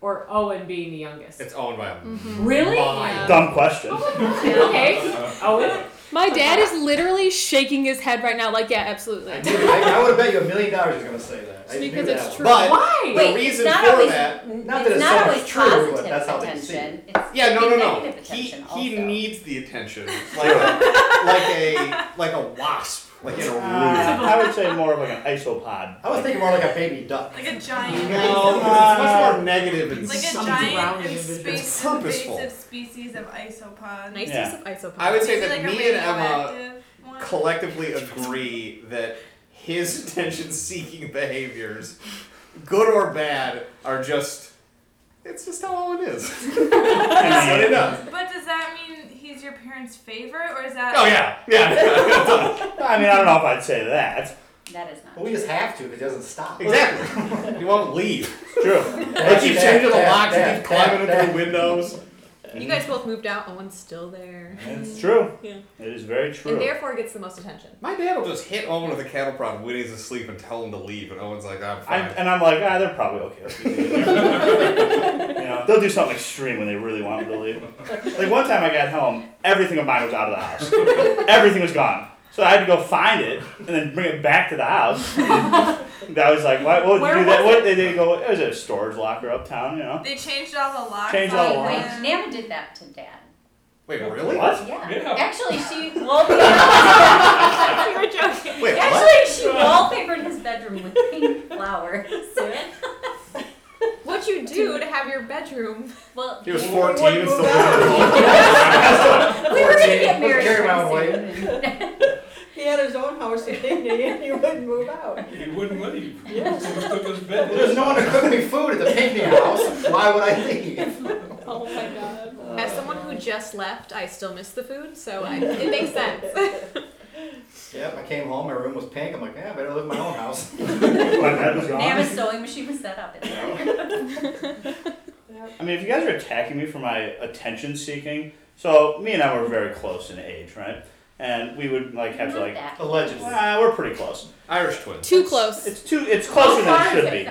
S3: or Owen being the youngest?
S1: Mm-hmm.
S5: It's owned by a
S3: really?
S5: mine.
S1: Yeah.
S6: Dumb question.
S3: Okay. Owen.
S1: My dad is literally shaking his head right now, like, yeah, absolutely.
S11: I, knew- I, would have bet you a million dollars he's going to say that. I knew
S1: because
S11: that.
S1: it's true.
S5: But
S3: Why?
S5: the
S3: Wait,
S5: reason
S7: it's not
S5: for
S7: always,
S5: that.
S11: Not
S7: Not
S11: that it's
S7: it's
S11: so much
S7: not always
S11: true, but
S7: positive
S11: that's how they
S7: attention.
S11: see
S7: It's
S5: Yeah, no, no, no.
S7: negative
S5: He,
S7: attention
S5: he
S7: also.
S5: needs the attention, like a, like a like a wasp, like in a
S6: Ah.
S5: room.
S6: Uh, I would say more of like an isopod.
S11: I was thinking more like a baby duck.
S9: Like a giant.
S5: no, because it's much more negative and
S9: Like a
S5: something
S9: giant
S5: rounded and
S9: space
S5: purposeful.
S9: invasive species of isopod.
S4: Nice
S6: Yeah.
S4: use of isopod.
S5: I would say
S9: Maybe
S5: that
S9: like a
S5: me and Emma
S9: radioactive one.
S5: collectively agree that his attention-seeking behaviors, good or bad, are just. It's just how it is. That's what it does.
S9: But does that mean he's your parents' favorite, or is that?
S5: Oh yeah, yeah,
S6: I mean, I don't know if I'd say that.
S7: That is not.
S11: But we just have to if it doesn't stop.
S5: exactly. He won't leave.
S6: True.
S5: They keep
S11: That-
S5: changing the
S11: that-
S5: locks. They
S11: that-
S5: keep climbing
S11: that-
S5: into the windows.
S4: You guys both moved out. Owen's still there,
S6: It's true.
S4: Yeah.
S6: It is very true.
S4: and therefore gets the most attention.
S5: My dad will just hit Owen with a cattle prod when he's asleep and tell him to leave, and Owen's like, "I'm
S6: I,
S5: fine."
S6: and I'm like, ah, they're probably okay. with me." you know, they'll do something extreme when they really want me to leave. Like one time I got home, everything of mine was out of the house. everything was gone. So I had to go find it and then bring it back to the house. I was like, why, what would
S3: Where
S6: you do that?
S3: was
S6: What they did go? It was a storage locker uptown, you know.
S9: They changed all the locks.
S6: Changed all
S9: on
S6: the
S9: him.
S6: locks.
S7: Wait, Nana did that to Dad.
S5: Wait, really?
S6: What?
S7: Yeah.
S8: Yeah.
S7: Actually, she wallpapered.
S4: you were joking.
S5: Wait, what?
S7: actually, she wallpapered his bedroom with pink flowers.
S4: What'd you do to have your bedroom?
S7: well,
S5: He was
S7: we
S5: 14
S7: were-
S5: and still living in
S7: We were gonna
S11: 14.
S7: get married.
S11: Carry my
S7: pretty soon.
S10: He had his own house in Digny and he wouldn't move out.
S8: He wouldn't leave. So he took his bed.
S11: Well, There's no one to cook me food at the picnic house. Why would I leave?
S1: Oh my god.
S4: As someone who just left, I still miss the food, so I, it makes sense.
S11: Yep, I came home. My room was pink. I'm like, yeah, I better live in my own house.
S6: My bed was gone.
S7: Nana's sewing machine was set up. in there.
S6: I mean, if you guys are attacking me for my attention seeking, so me and I were very close in age, right? And we would like have to like,
S7: That.
S11: Allegedly.
S6: ah, we're pretty close.
S5: Irish twins.
S1: Too close.
S6: It's too. It's closer than it
S7: far is
S6: should be.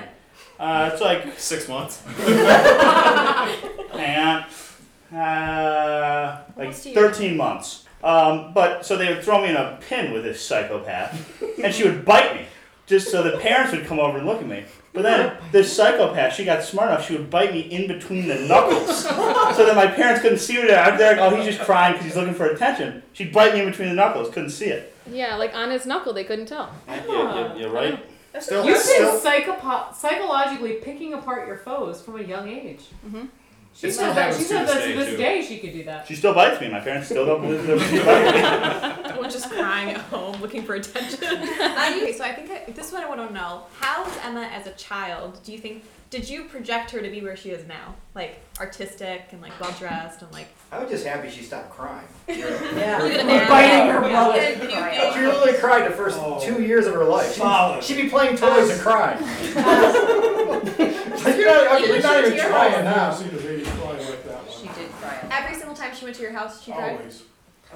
S6: Uh, it's like,
S5: Six months.
S6: hang on, uh, like
S1: Almost a year.
S6: thirteen months. Um, but so they would throw me in a pin with this psychopath, and she would bite me, just so the parents would come over and look at me. But then this psychopath, she got smart enough. She would bite me in between the knuckles, so that my parents couldn't see what I'm there. Oh, he's just crying because he's looking for attention. She'd bite me in between the knuckles. Couldn't see it.
S1: Yeah, like on his knuckle, they couldn't tell.
S4: Oh,
S6: You're, you're right.
S9: Uh,
S5: Still,
S3: You've been
S5: still,
S3: psychopo- psychologically picking apart your foes from a young age.
S1: Mm-hmm.
S3: She
S5: It still
S3: said that.
S5: happens
S3: She
S5: to
S3: said
S5: this
S3: that
S5: day,
S3: to this
S5: too.
S3: day she could do that.
S6: She still bites me. My parents still don't believe that she bite me.
S4: We're just crying at home, looking for attention. okay, so I think I, this is what I want to know. How was Emma as a child? Do you think did you project her to be where she is now, like artistic and like well dressed and like?
S11: I was just happy she stopped crying. She
S4: Look
S10: Yeah.
S4: at that.
S3: Biting her
S9: Did you get-
S11: literally cried the first
S8: Oh.
S11: two years of her life.
S8: Solid.
S11: She'd be playing toys and crying. Like, you're not, okay, you're not even trying
S8: I've
S11: now.
S8: seen a baby cry like that one.
S7: She did cry. a lot.
S4: Every single time she went to your house,
S11: Oh.
S4: she cried.
S8: Always.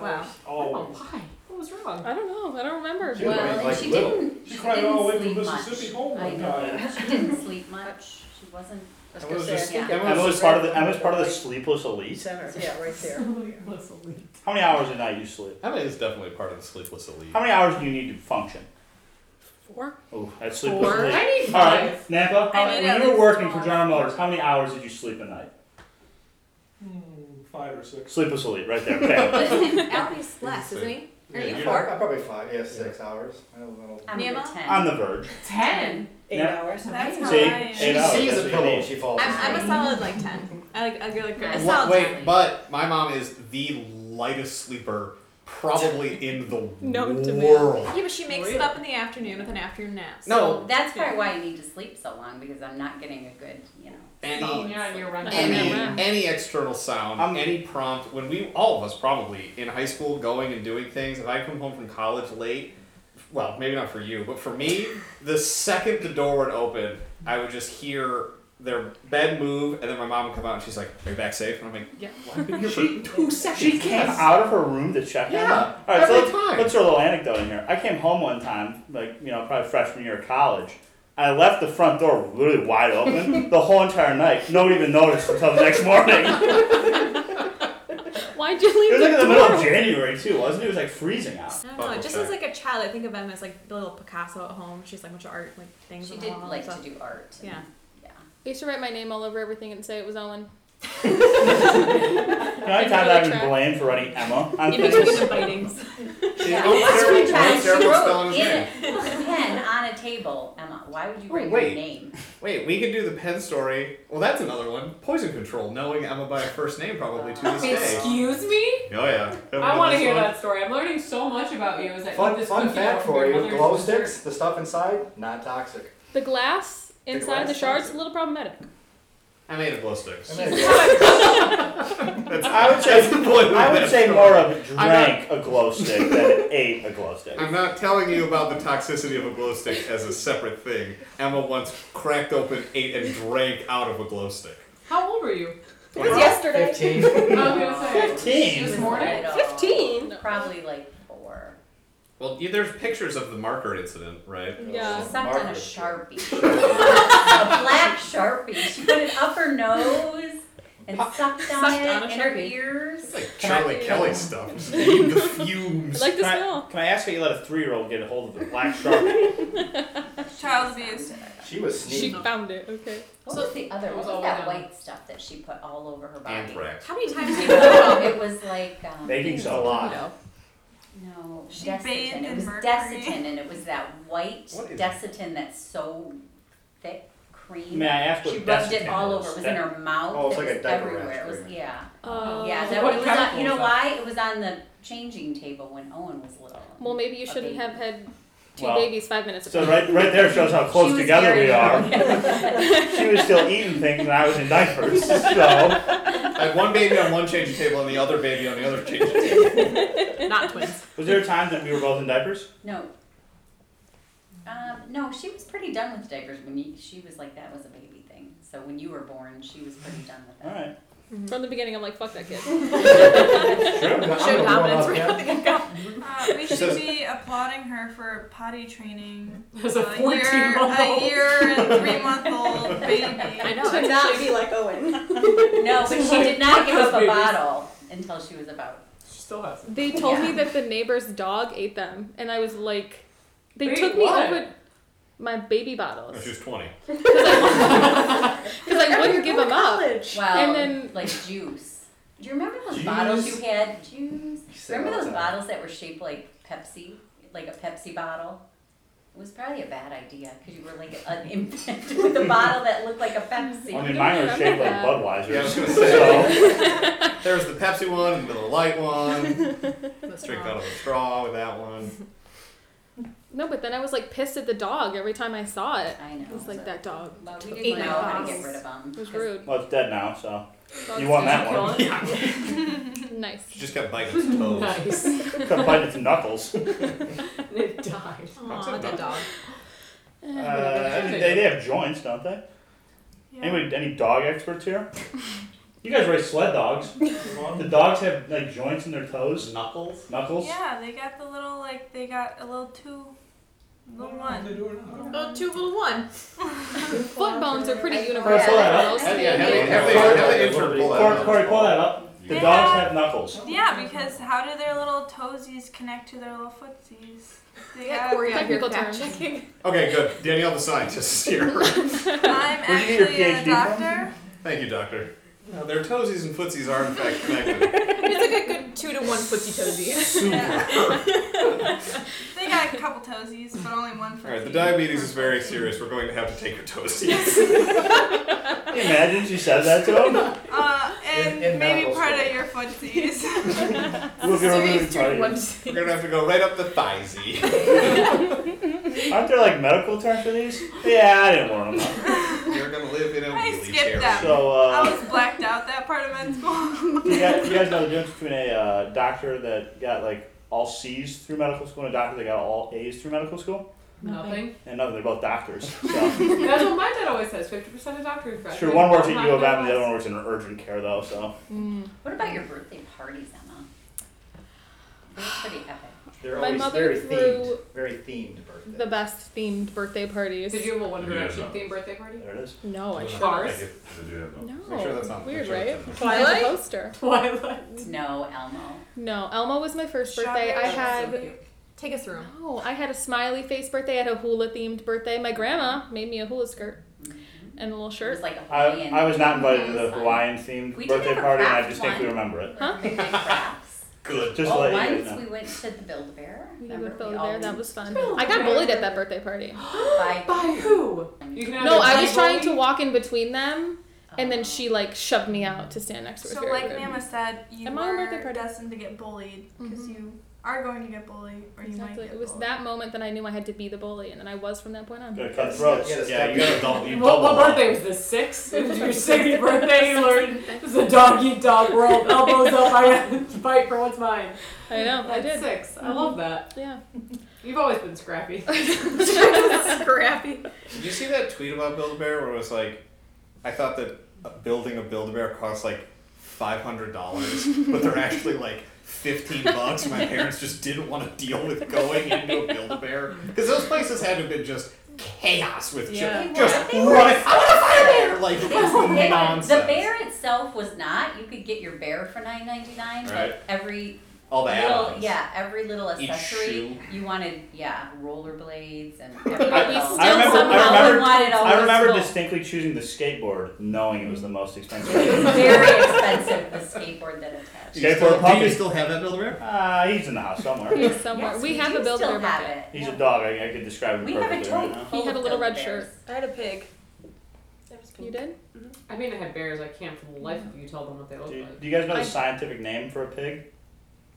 S4: Wow.
S6: Oh.
S8: Always.
S3: Why? What was wrong?
S1: I don't know. I don't remember.
S11: She was
S7: Well,
S11: like
S7: and she
S11: little.
S7: didn't.
S8: She cried
S7: didn't
S8: all the way from
S7: sleep much.
S8: Mississippi home
S7: I
S8: one
S7: know.
S8: time.
S7: She didn't sleep much. She wasn't.
S10: I was
S5: Emma
S10: gonna
S5: was
S10: say,
S5: just.
S7: yeah.
S6: Emma
S5: Emma
S6: was
S5: was.
S6: part of the. Emma was part of the sleepless elite.
S10: Center, yeah, right there.
S6: How many hours a night you sleep?
S5: Emma is definitely part of the sleepless elite.
S6: How many hours do you need to function?
S1: Four.
S6: Oh, that's sleep
S4: Four.
S6: was late.
S3: I need
S6: All
S3: five.
S6: right, Napa, how,
S9: I need
S6: when
S9: at
S6: you were
S9: least
S6: working for
S9: five.
S6: General Motors, how many hours did you sleep a night?
S8: Hmm, Five or six.
S6: Sleep was late, right there. Okay.
S4: Albie's less, isn't he? Are you four?
S11: I probably five, yeah, six hours. I don't know.
S7: I'm a
S4: Nima?
S7: ten.
S6: On the verge.
S3: Ten.
S10: Eight
S6: Yeah.
S10: hours.
S9: That's
S6: See,
S9: how I am.
S11: She
S6: Eight hours,
S11: sees
S6: that's
S11: a
S6: what you
S11: pillow
S6: need.
S11: and she falls asleep.
S4: I'm, I'm a solid like ten. I like I go like a
S7: Wha-
S4: solid
S5: Wait,
S4: ten.
S5: but my mom is the lightest sleeper probably in the
S1: Known to man.
S5: world.
S4: Yeah, but she makes it up in the afternoon with an afternoon nap. so-
S5: No,
S7: That's probably why I need to sleep so long because I'm not getting a good, you know.
S5: any
S3: Yeah, you're right.
S1: I
S5: any
S1: know.
S5: any external sound,
S6: Um,
S5: any prompt. When we all of us probably in high school going and doing things. If I come home from college late, well, maybe not for you, but for me, the second the door would open, I would just hear their bed move, and then my mom would come out and she's like, "Are you back safe?" And I'm like, "Yeah, well, I've been here
S6: She-
S5: for two seconds."
S6: She came out of her room to check on
S5: Yeah,
S6: her? All right, so
S5: every
S6: let's,
S5: time.
S6: let's throw a little anecdote in here. I came home one time, like, you know, probably freshman year of college. I left the front door literally wide open the whole entire night. Nobody even noticed until the next morning.
S1: Why'd you leave
S6: It was like in the
S1: door
S6: middle of
S1: open?
S6: January too, wasn't it? It was like freezing out.
S4: I don't know. Just as like a child, I think of them as like the little Picasso at home. She's like a bunch of art like things.
S7: She
S4: on
S7: did
S4: the wall and
S7: like to
S4: stuff.
S7: do art and-
S4: Yeah.
S1: I used to write my name all over everything and say it was Ellen.
S6: Can I
S1: Didn't
S6: time
S1: really
S6: that been
S1: track.
S6: blamed for writing Emma on
S4: You know,
S6: things?
S4: the bitings.
S5: Yeah. What's
S7: She wrote
S5: spelling his
S7: in
S5: name?
S7: a pen on a table, Emma. Why would you
S5: Oh,
S7: write your
S5: wait.
S7: name?
S5: Wait, we could do the pen story. Well, that's another one. Poison control, knowing Emma by her first name probably to this day. Oh
S3: Excuse me?
S5: yeah.
S3: I want to hear that story. I'm learning so much about you. Is that
S11: Fun,
S3: this
S11: fun
S3: cookie
S11: fact
S3: from
S11: for
S3: your
S11: you:
S3: mother's
S11: glow
S3: dessert?
S11: sticks, the stuff inside, not toxic.
S1: The glass inside the,
S11: glass
S1: shards
S11: does
S1: a little problematic.
S5: I made a glow sticks.
S11: And then-
S5: That's,
S6: I would say-
S5: that's the point.
S6: I would say more of
S5: I'm not-
S6: drank a glow stick than ate a glow stick.
S5: I'm not telling you about the toxicity of a glow stick as a separate thing. Emma once cracked open, ate, and drank out of a glow stick.
S3: How old were you?
S10: It was yesterday.
S11: 15.
S3: I was gonna say. This
S6: Fifteen.
S3: morning?
S7: Little-
S10: 15?
S7: Probably like four.
S5: Well, yeah, there's pictures of the marker incident, right?
S1: Yeah.
S7: She sucked on a
S11: Margaret.
S7: sharpie. a black sharpie. She put it up her nose and sucked on it
S4: on a
S7: in her
S4: Sharpie.
S7: ears.
S5: Like Charlie Kelly stuff. Just need the fumes.
S1: I like the
S6: Can I,
S1: smell.
S6: can I ask how you let a three-year-old get a hold of the black shark?
S9: Child abuse.
S11: She was
S1: She
S11: sneaky.
S1: found it. Okay.
S7: What was the other?
S3: It
S7: What
S3: was
S7: was
S3: all
S7: that
S3: down.
S7: white stuff that she put all over her body?
S5: Anthrax.
S4: How many times do you
S7: No, it was like um,
S6: Baking
S7: no,
S6: soda.
S7: she
S9: bathed
S7: It
S9: in
S7: was
S9: mercury.
S7: Desitin, and it was that white
S5: What is-
S7: Desitin that's so thick cream.
S6: May I ask what
S7: she rubbed it
S6: Desitin
S7: all
S6: is?
S7: over. It was in
S6: That-
S7: her mouth.
S11: Oh, it's
S7: it
S11: like a
S7: was
S11: diaper rash
S7: everywhere. It was
S11: cream.
S7: yeah.
S1: Uh,
S7: Yeah, that
S3: What
S7: it was on,
S3: chemical
S7: you know
S3: is
S7: why? It was on the changing table when Owen was little.
S1: Well, maybe you
S7: A
S1: shouldn't
S7: baby.
S1: have had two
S6: Well,
S1: babies five minutes apart.
S6: So right, right there shows how close
S7: was
S6: together we
S7: very-
S6: are. she was still eating things, and I was in diapers. So
S5: I had one baby on one change of table and the other baby on the other change of table.
S4: Not twins.
S6: was there a time that we were both in diapers?
S7: No. Um, no, she was pretty done with diapers when you, she was like that was a baby thing. So when you were born, she was pretty done with that.
S6: All right,
S1: From the beginning, I'm like, fuck that kid.
S11: I'm gonna- I'm gonna run
S4: Show dominance.
S11: off
S4: We
S11: camera.
S4: don't think I've got-
S9: Uh, we should be applauding her for potty training
S3: As a
S9: a year,
S3: 14 month
S9: a
S3: old.
S9: year and three month old baby.
S4: I know.
S10: To not be like Owen.
S7: No, but she did not give up a bottle until she was about.
S3: She still has it.
S1: They told me that the neighbor's dog ate them, and I was like, they
S3: Wait,
S1: took me
S3: what?
S1: over my baby
S5: Oh,
S1: bottles
S5: she was 20.
S1: because I wouldn't give them up.
S7: Well,
S1: And then-
S7: like juice. Do you remember those bottles you had? Juice.
S11: said
S7: Remember
S11: all
S7: those
S11: the time.
S7: bottles that were shaped like Pepsi, like a Pepsi bottle? It was probably a bad idea because you were like an infant with a bottle that looked like a Pepsi.
S6: I mean,
S1: don't
S6: mine was
S1: remember
S6: shaped like
S1: that.
S6: Budweiser.
S5: Yeah, I was gonna
S6: so
S5: say. There was the Pepsi one and the Miller Light one. Let's drink out of a straw with that one.
S1: No, but then I was like pissed at the dog every time I saw it.
S7: I know.
S1: It was like that dog.
S7: Well, we
S1: took
S7: didn't
S1: my
S7: know how to get
S1: bottles."
S7: rid of them.
S1: It was
S7: 'cause
S1: rude.
S6: well, it's dead now. So
S1: Dogs
S6: you won
S1: did
S6: that one.
S5: She
S1: Nice.
S5: just got biting its toes.
S3: Nice. and
S6: Couldn't bite its knuckles. Uh,
S3: it died.
S4: Aw, that dog.
S1: Eh,
S5: uh,
S6: Uh, they, they have joints, don't they? Anybody, any dog experts here? You guys raise sled dogs. The dogs have like joints in their toes,
S5: Knuckles?
S6: knuckles.
S9: Yeah, they got the little like they got a little two, little
S8: They
S9: one.
S8: do it now.
S4: Oh, two little one.
S1: Foot bones are pretty
S6: Corey,
S1: universal.
S6: pull that up.
S1: Most
S5: Have, yeah, have,
S1: candy-
S5: they- have, they- have the intern pull that
S6: Corey,
S5: out.
S6: Corey, pull that up. The
S9: Yeah.
S6: dogs have knuckles.
S9: Yeah, because how do their little toesies connect to their little footsies? They got.
S1: Technical terms.
S4: checking.
S5: Okay, good. Danielle the scientist is here.
S9: I'm
S6: Where'd you get your
S9: actually a
S6: PhD from?
S9: doctor.
S5: Thank you, doctor. Now, their toesies and footsies are in fact connected.
S4: It's like a good two to one footsie toesie.
S9: They got a couple toesies, but only one footsie.
S5: All right, the diabetes is very serious. We're going to have to take your toesies.
S6: Can you imagine she said that to him?
S9: Uh, and
S11: In- in
S9: maybe
S11: novels.
S9: part of your footsies.
S6: Look at her really tired.
S5: We're going to have to go right up the thighsy.
S6: Aren't there like medical terms for these? Yeah, I didn't learn them.
S5: You're going to live in a
S9: I
S5: wheelchair.
S9: skipped that.
S6: So
S9: I
S6: uh,
S9: was blacked out that part of med school.
S12: Oh.
S6: you, guys, you guys know the difference between a uh, doctor that got like all C's through medical school and a doctor that got all A's through medical school.
S3: Nothing.
S6: And no, they're both doctors. So.
S3: That's what my dad always says. Fifty percent of doctors graduate.
S6: Sure, one works at
S3: from
S6: U of M, and
S3: Harvard.
S6: the other one works in urgent care though. So
S1: Mm.
S7: What about your birthday parties, Emma? They're pretty epic.
S11: They're
S1: My
S11: always
S1: mother
S11: very
S1: threw
S11: themed, very themed birthday.
S1: the best themed birthday parties.
S3: Did you have a One
S8: Yeah,
S3: Direction
S8: no.
S3: themed birthday party?
S6: There it is.
S1: No, I should.
S8: Doesn't have to
S3: Bars?
S8: make it. They do have them.
S1: No,
S5: Make sure
S9: Oh,
S5: that's not-
S1: weird,
S5: make sure
S1: right?
S5: that's
S1: I have
S3: Twilight?
S1: a poster.
S3: Twilight.
S7: No, Elmo.
S1: No, Elmo was my first birthday. I had
S4: Take us through. 'em.
S1: Oh, I had a smiley face birthday. I had a hula themed birthday. My grandma made me a hula skirt
S3: Mm-hmm.
S1: and a little
S7: It was
S1: shirt.
S7: like a
S6: I,
S7: Hawaiian.
S6: I was not invited to the
S7: sign.
S6: Hawaiian themed
S7: We did
S6: birthday
S7: have a
S6: party, and I
S7: craft
S6: distinctly
S7: one.
S6: remember it.
S1: Huh?
S7: Big crafts.
S5: Good.
S6: Just to
S7: oh,
S6: let you
S7: once
S6: guys know.
S7: we went to the Build a Bear.
S1: We went with Billy Bear. That was fun.
S7: Oh,
S1: I got bullied at that birthday party.
S7: By,
S3: By who? You can have
S1: No,
S3: a
S1: I was
S3: Playboy?
S1: trying to walk in between them, and then she like shoved me out to stand next to her.
S9: So,
S1: favorite
S9: like
S1: group.
S9: Mama said, you
S1: Am I on birthday
S9: were
S1: party?
S9: destined to get bullied because you are going to get bullied, or you
S1: Mm-hmm. Exactly.
S9: might get
S1: It was
S9: bullied.
S1: that moment that I knew I had to be the bully, and then I was from that point on.
S6: Gotta cut throats.
S11: Yeah,
S5: Yeah, you got a double. You
S3: What,
S5: double
S3: what birthday was this? Six? It was your sixth birthday. You learned it was a dog eat dog world. Elbows up, I gotta fight for what's mine.
S1: I know. I
S3: That's
S1: did. Mm-hmm.
S3: six. I love that.
S1: Yeah.
S3: You've always been scrappy.
S9: Scrappy.
S5: Did you see that tweet about Build a Bear where it was like, I thought that uh, building a Build a Bear costs like five hundred dollars, but they're actually like fifteen bucks. My parents just didn't want to deal with going into a Build a Bear because those places had to have been just chaos with chi-
S3: Yeah.
S5: just
S7: They were-
S5: running. I want to find a bear! Like it was
S7: They-
S5: nonsense.
S7: The bear itself was not. You could get your bear for nine ninety nine,
S5: Right.
S7: but every
S5: All the
S7: little
S5: add-ons.
S7: yeah, every little
S5: Each
S7: accessory
S5: shoe.
S7: you wanted, yeah, rollerblades and.
S1: But we
S7: everything else.
S1: still
S6: remember- I
S1: somehow
S6: remember-
S1: wanted all
S6: I
S1: those
S6: remember
S1: little-
S6: distinctly choosing the skateboard, knowing it was the most expensive.
S7: very expensive the skateboard that attached.
S5: Do you
S6: Skateboard
S5: still- Do
S6: puppy.
S5: you still have that Build a Bear?
S6: Ah, he's in the house
S1: He
S6: somewhere.
S1: was somewhere.
S7: Yes,
S1: we, have
S7: do
S1: a build
S7: still
S1: bear
S7: have
S1: bucket.
S7: it.
S6: He's
S7: Yeah.
S6: a dog. I, I could describe him
S7: We have a
S6: perfectly right
S7: tote.
S6: now.
S7: full
S1: He had a
S7: of
S1: little red
S7: Build-A-Bears.
S1: shirt.
S10: I had a pig. That was pink.
S1: You did?
S3: I mean, I had bears. I can't for the life of you tell them what they look
S6: Do you,
S3: like.
S6: do you guys know the
S1: I-
S6: scientific name for a pig?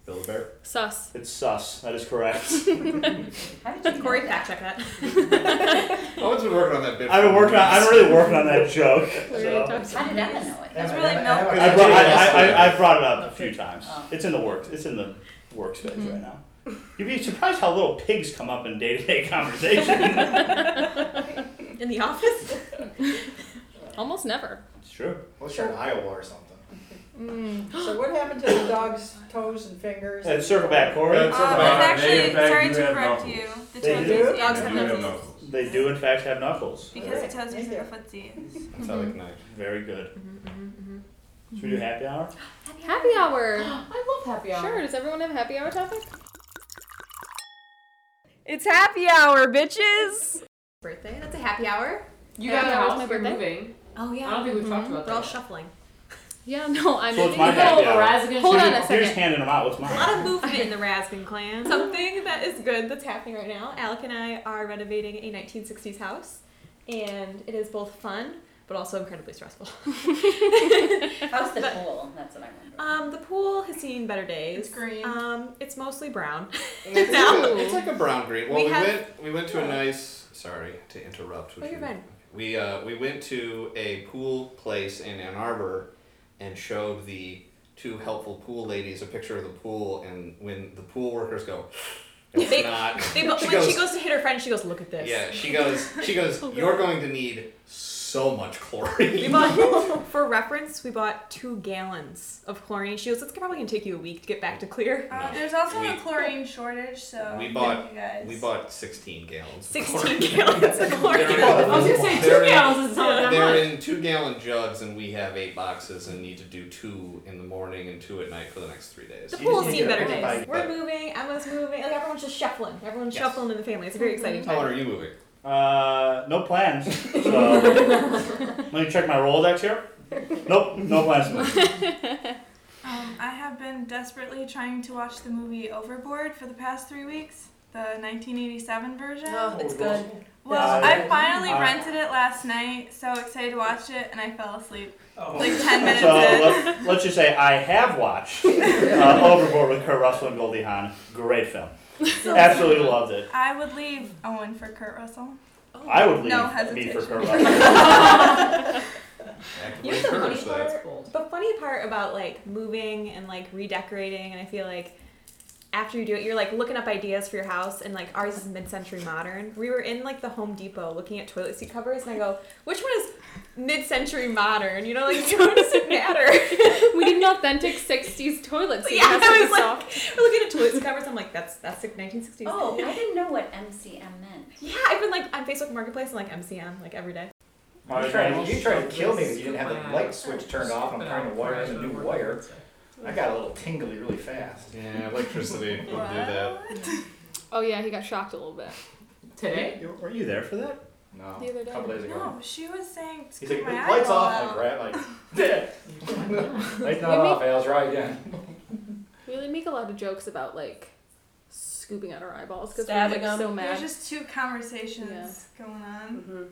S5: Build a Bear.
S1: Sus.
S6: It's sus. That is correct.
S7: How did you
S4: Corey,
S7: know
S4: fact
S7: that?
S4: check that.
S5: Owen's been working on that bit.
S6: I've been working on. i have been really working on that joke.
S1: We already
S6: So.
S1: talked
S7: How
S1: about
S7: did Emma know it?
S11: That's
S9: really
S11: I,
S6: I,
S11: have
S6: brought,
S11: a-
S6: I, I, I- I brought it up a few times.
S7: Oh.
S6: It's in the works. It's in the workspace
S1: Mm-hmm.
S6: right now. You'd be surprised how little pigs come up in day-to-day conversation.
S4: In the office?
S1: it. Almost never.
S6: it's true.
S11: Unless you're in Iowa or something.
S3: Mm.
S12: So what happened to the dog's toes and fingers?
S6: And circle back, Corey.
S8: That's
S9: Um,
S8: about
S9: it's
S8: it.
S9: actually,
S8: They, in fact,
S9: sorry
S8: do
S9: to
S8: have
S9: correct
S8: knuckles.
S9: you. The
S6: They
S9: toesies,
S6: do?
S9: dogs
S8: They
S9: have
S8: do have
S9: noses.
S1: Oh,
S8: knuckles.
S6: They do in fact have knuckles.
S9: Because the
S11: Right.
S9: toesies
S12: Yeah.
S9: are footsies.
S5: That's how they connect.
S1: Mm-hmm.
S6: Very good. Should we do happy hour?
S1: Happy hour.
S3: I love happy hour.
S1: Sure. Does everyone have a happy hour topic?
S9: It's happy hour, bitches!
S4: Birthday? That's a happy hour?
S3: You
S1: Happy
S3: got a
S1: hour was
S3: house.
S1: my
S3: You're
S1: birthday. Mm-hmm.
S3: moving.
S4: Oh,
S3: I don't
S4: yeah.
S3: think we've talked about
S4: We're all
S3: that.
S4: shuffling.
S1: Yeah. No. I'm.
S6: So it's my
S1: no.
S6: happy hour.
S3: Razigan
S1: Hold
S3: should
S1: on
S3: be-
S1: a
S6: You're just
S1: second.
S6: handing them out. What's mine?
S4: A lot of movement in the Raskin clan. Something that is good that's happening right now. Alec and I are renovating a 1960s house, and it is both fun but also incredibly stressful.
S7: How's the pool? That's what I remember.
S4: Um, the pool has seen better days.
S9: It's green.
S4: Um, it's mostly brown.
S5: It's,
S4: No.
S5: it's like a brown green. Well,
S4: We
S5: we,
S4: have-
S5: went we went to a nice. Sorry to interrupt. which
S4: Oh, you're
S5: we-
S4: fine.
S5: We uh, we went to a pool place in Ann Arbor, and showed the two helpful pool ladies a picture of the pool, and when the pool workers go, it's
S4: They-
S5: not.
S4: They, but when she goes to hit her friend, she goes, "Look at this." Oh,
S5: Yeah, she goes. She goes. You're going to need so much chlorine.
S4: We bought, for reference, we bought two gallons of chlorine. She goes, "It's probably gonna take you a week to get back to clear."
S5: No.
S12: Uh, there's also
S5: We-
S12: a chlorine shortage, so
S5: We bought-
S12: you guys.
S5: we bought sixteen gallons. of
S4: Sixteen
S5: chlorine.
S4: gallons of chlorine.
S5: They're in-
S3: I was gonna say
S5: they're
S3: two
S5: in-
S3: gallons is not that
S5: They're
S3: much.
S5: in two gallon jugs, and we have eight boxes, and need to do two in the morning and two at night for the next three days.
S4: The
S11: You
S4: pool's
S11: just need
S4: seen
S11: to
S4: better
S11: identify
S4: days. We're
S5: better.
S4: moving. Emma's moving. Like everyone's just shuffling. Everyone's
S5: Yes.
S4: shuffling in the family. It's a very
S10: Mm-hmm.
S4: exciting
S5: How
S4: time.
S5: are you moving?
S6: Uh, no plans. So let me check my Rolodex here. Nope, no plans.
S12: Um, I have been desperately trying to watch the movie Overboard for the past three weeks, the 1987 version.
S10: Oh, it's good.
S12: Well,
S6: Yeah.
S12: I finally
S6: Uh,
S12: rented it last night, so excited to watch it, and I fell asleep
S8: Oh.
S12: like 10 minutes
S6: So
S12: in.
S6: let, let's just say I have watched uh, Overboard with Kurt Russell and Goldie Hawn. Great film. Absolutely loved it.
S12: I would leave Owen for Kurt Russell.
S6: I would leave
S12: No
S6: me
S12: hesitation.
S6: for Kurt Russell.
S5: Actively
S4: You know the
S5: encourage
S4: funny
S5: that.
S4: part? The funny part about like moving and like redecorating, and I feel like after you do it, you're like looking up ideas for your house, and like ours is mid-century modern. We were in like the Home Depot looking at toilet seat covers, and I go, "Which one is mid-century modern. You know, like you know, it doesn't matter.
S1: we need an authentic '60s toilet. So
S4: yeah,
S1: yeah,
S4: I was like, we're looking at toilet covers. I'm like, that's that's like 1960s.
S7: Oh, I didn't know what MCM meant.
S4: Yeah, I've been like on Facebook Marketplace and like MCM like every day.
S11: You tried, you tried to kill me because you didn't have the light switch turned off. and I'm trying to wire in a new wire. I got a little tingly really fast.
S5: Yeah, electricity would do that.
S1: Oh yeah, he got shocked a little bit.
S11: Today? Were you there for that? No.
S1: The other day.
S11: couple days ago.
S12: No, she was saying.
S11: He's
S12: "Cut
S11: like,
S12: my
S11: "The lights
S12: eyeball
S11: off.
S12: out."
S11: Like, right? Like, dead. Lights not
S1: We
S11: off. Al's right again.
S1: We really make a lot of jokes about like scooping out our eyeballs because we're
S10: Stabbing
S1: like, so
S10: them.
S1: mad.
S12: There's just two conversations going on.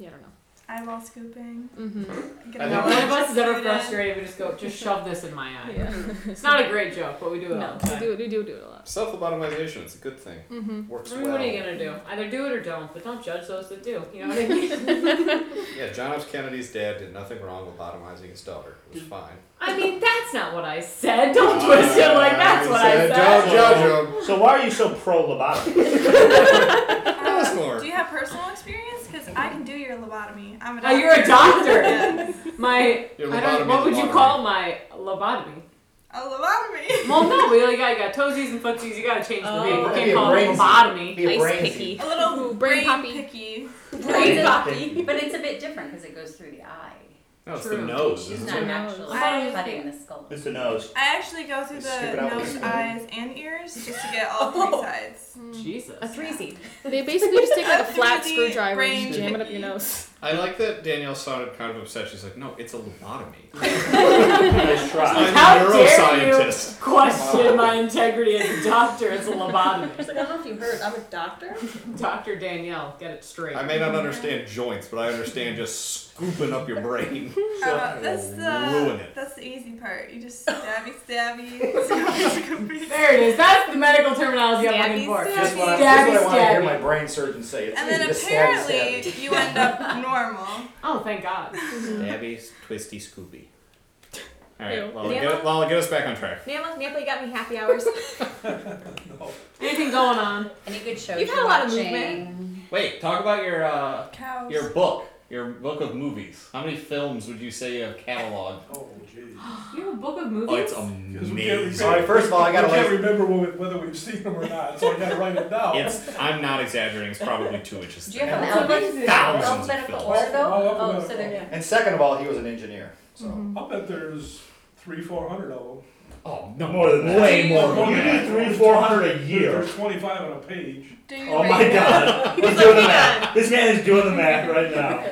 S1: yeah, I don't know.
S12: Eyeball scooping.
S1: Mm-hmm.
S12: Get
S3: I
S12: another
S3: think none of
S12: one
S3: us is ever
S12: just right in.
S3: frustrated. We just go, just shove this in my eye.
S1: Yeah.
S3: It's not a great joke, but we do it all
S1: No,
S3: the
S1: we
S3: time.
S1: do, we do do it a lot.
S5: Self lobotomization, it's a good thing.
S1: Mhm.
S5: Works
S3: I mean,
S5: well.
S3: what are you gonna do? Either do it or don't, but don't judge those that do. You know what I mean?
S5: Yeah, John F. Kennedy's dad did nothing wrong with lobotomizing his daughter. It was fine.
S3: I mean, that's not what I said. Don't twist it like that's what I said.
S5: judge
S6: So why are you so pro lobotomy?
S5: Ask more.
S12: Um, Do you have personal experience? Because I can do your lobotomy. I'm a
S3: Uh,
S12: doctor.
S3: you're a doctor. my,
S5: Your
S3: I don't,
S5: lobotomy,
S3: what would you
S5: lobotomy.
S3: call my lobotomy?
S12: a lobotomy.
S3: Well, no, we like I got toesies and footsies. You gotta change the name.
S11: Oh.
S3: You
S11: Be
S3: can't
S11: a
S3: call it
S11: brain-
S3: lobotomy.
S11: be a Ice brain-
S7: Picky.
S12: A little
S1: Ooh,
S12: brain
S1: brain poppy.
S12: picky.
S7: Brain poppy. But it's a bit different because it goes through the eye.
S5: No, it's the
S3: True.
S5: nose.
S7: She's
S5: isn't
S7: not
S5: it?
S7: actually
S12: I-
S7: cutting the skull.
S6: It's the nose.
S12: I actually go through
S11: Scoop
S12: the
S11: it out
S12: nose,
S11: with a
S12: eyes, and ears just to get all three
S3: Oh.
S12: sides.
S3: Jesus.
S4: A three seat.
S1: They basically just take like a flat
S12: 3D
S1: screwdriver and
S12: brain
S1: just jam it up
S12: picky.
S1: your nose.
S5: I like that Danielle sounded kind of upset. She's like, no, it's a lobotomy.
S6: Nice try.
S5: I'm
S3: How
S5: a
S3: dare you
S5: neuroscientist.
S3: question my integrity as a doctor? It's a lobotomy.
S10: She's like, I don't know if you heard, I'm a doctor.
S3: Dr. Danielle, get it straight.
S5: I may not understand joints, but I understand just scooping up your brain.
S12: How about uh, that's
S5: Ruin
S12: the
S5: it.
S12: that's the easy part. You just stabby stabby. scoopy,
S3: There it is. That's the medical terminology I'm looking
S4: Stabby
S3: for.
S12: stabby.
S11: Just what I,
S3: Stabby,
S11: just what I want to hear
S3: stabby.
S11: my brain surgeon say. It's
S12: And
S11: easy
S12: then
S11: to stabby, stabby.
S12: apparently you end up normal.
S3: Oh, thank God.
S5: Abby's twisty Scooby. All right,
S1: Ew.
S5: Lala, get, Lala, get us back on track.
S4: Namla, Namla, you got me happy hours.
S3: Anything going on?
S7: Any good shows
S4: You've
S7: you're
S4: had a lot of
S7: watching?
S5: Wait, talk about your uh,
S12: Cows.
S5: your book, your book of movies. How many films would you say you have cataloged?
S8: Oh, jeez.
S3: You have a book of movies?
S5: Oh, it's
S8: Because we can't
S5: amazing.
S8: remember.
S11: Sorry, first of all, I gotta
S8: we can't
S11: like-
S8: remember whe- whether we've seen them or not, so I gotta write it down.
S5: It's I'm not exaggerating. It's probably two inches.
S7: Do
S5: Thick.
S7: you have an
S3: That's amazing.
S7: alphabet,
S5: Thousands of
S7: alphabetical
S5: films.
S7: order though?
S8: Oh,
S7: Oh, so
S8: alphabetical.
S7: they're
S11: And second of all, he was an engineer. So
S8: I'll bet there's three, four hundred of them.
S5: Oh no,
S6: More than that.
S5: way more.
S8: Well,
S5: Than
S8: we
S5: that.
S8: need three,
S6: four hundred a
S8: There-
S6: year.
S8: There's twenty-five on a page.
S12: Do you
S6: Oh
S12: rate
S6: my
S12: them?
S6: god. He's doing the math. This man is doing the math right now.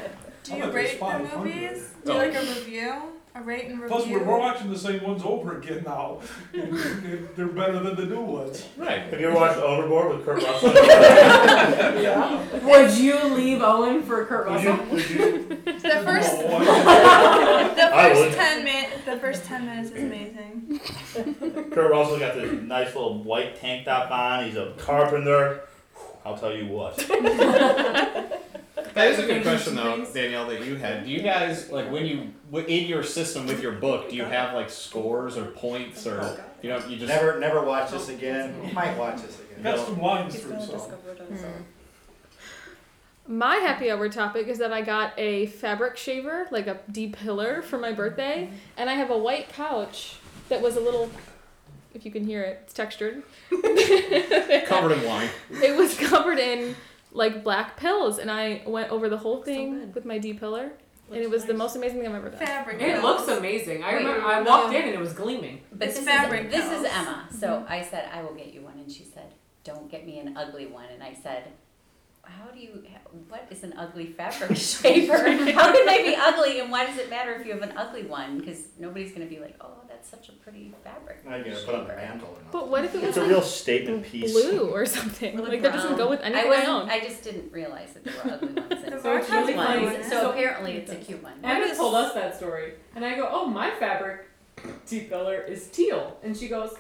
S12: Do
S8: I'll
S12: you
S8: bet there's
S12: rate the
S8: 500.
S12: movies? Do you like a review? A rate and review.
S8: Plus, we're, we're watching the same ones over again now. And they're- They're better than the new ones.
S5: Right.
S6: Have you ever watched Overboard with Kurt Russell?
S8: Yeah.
S3: Would you leave Owen for Kurt
S6: Would
S3: Russell?
S6: you, would you,
S12: the first
S8: Oh, I-
S12: the
S6: I would.
S12: first ten minutes the first ten minutes is amazing.
S6: Kurt Russell got this nice little white tank top on. He's a carpenter. I'll tell you what.
S5: That is a good
S3: Things,
S5: question though,
S3: things.
S5: Danielle. That you had. Do you guys like when you w- in your system with your book? Do you have like scores or points or you know you just
S11: never, never watch this again. Might watch this again.
S8: Got some lines
S10: He's
S8: through
S10: gonna
S8: some.
S10: discover it on his own.
S1: My happy hour topic is that I got a fabric shaver, like a deep pillar, for my birthday, and I have a white couch that was a little, if you can hear it, it's textured.
S5: covered in wine?
S1: It was covered in like black pills, and I went over the whole thing with my D pillar, and it was the most amazing thing I've ever done.
S12: Fabric.
S3: It
S12: pills.
S3: looks amazing. I
S7: Wait,
S3: remember I
S12: no.
S3: walked in and it was gleaming.
S7: But
S12: It's
S7: this
S12: fabric
S7: is this is
S12: pills.
S7: Emma. So
S1: Mm-hmm.
S7: I said I will get you one, and she said, "Don't get me an ugly one." And I said, "How do you? What is an ugly fabric shaver? How can I be ugly? And why does it matter if you have an ugly one? Because nobody's gonna be like, oh, that's such a pretty fabric."
S11: Not gonna put on the mantle or
S1: But
S11: nothing.
S1: what if it was
S6: It's a
S1: like,
S6: real statement piece.
S1: blue or something?
S10: Or, like,
S1: Like, that doesn't go with
S7: I
S1: anything I,
S7: wasn't.
S1: own.
S7: I just didn't realize that there were ugly ones. And
S12: The
S7: so,
S12: more
S7: cute
S12: cute
S7: ones.
S12: one.
S7: so apparently, it's a cute one.
S3: Emma told us that story, and I go, "Oh, my fabric tea color is teal," and she goes,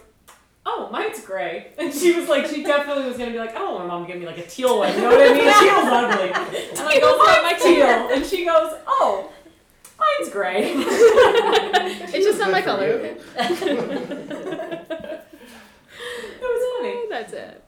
S3: "Oh, mine's gray." And she was like, she definitely was gonna be like, "I don't want my mom to give me like a teal one." You know what I mean? Teal's ugly. And I go, "Oh, my teal," and she goes, "Oh, mine's gray."
S1: It's just not my color. Okay.
S3: It was funny.
S1: That's it.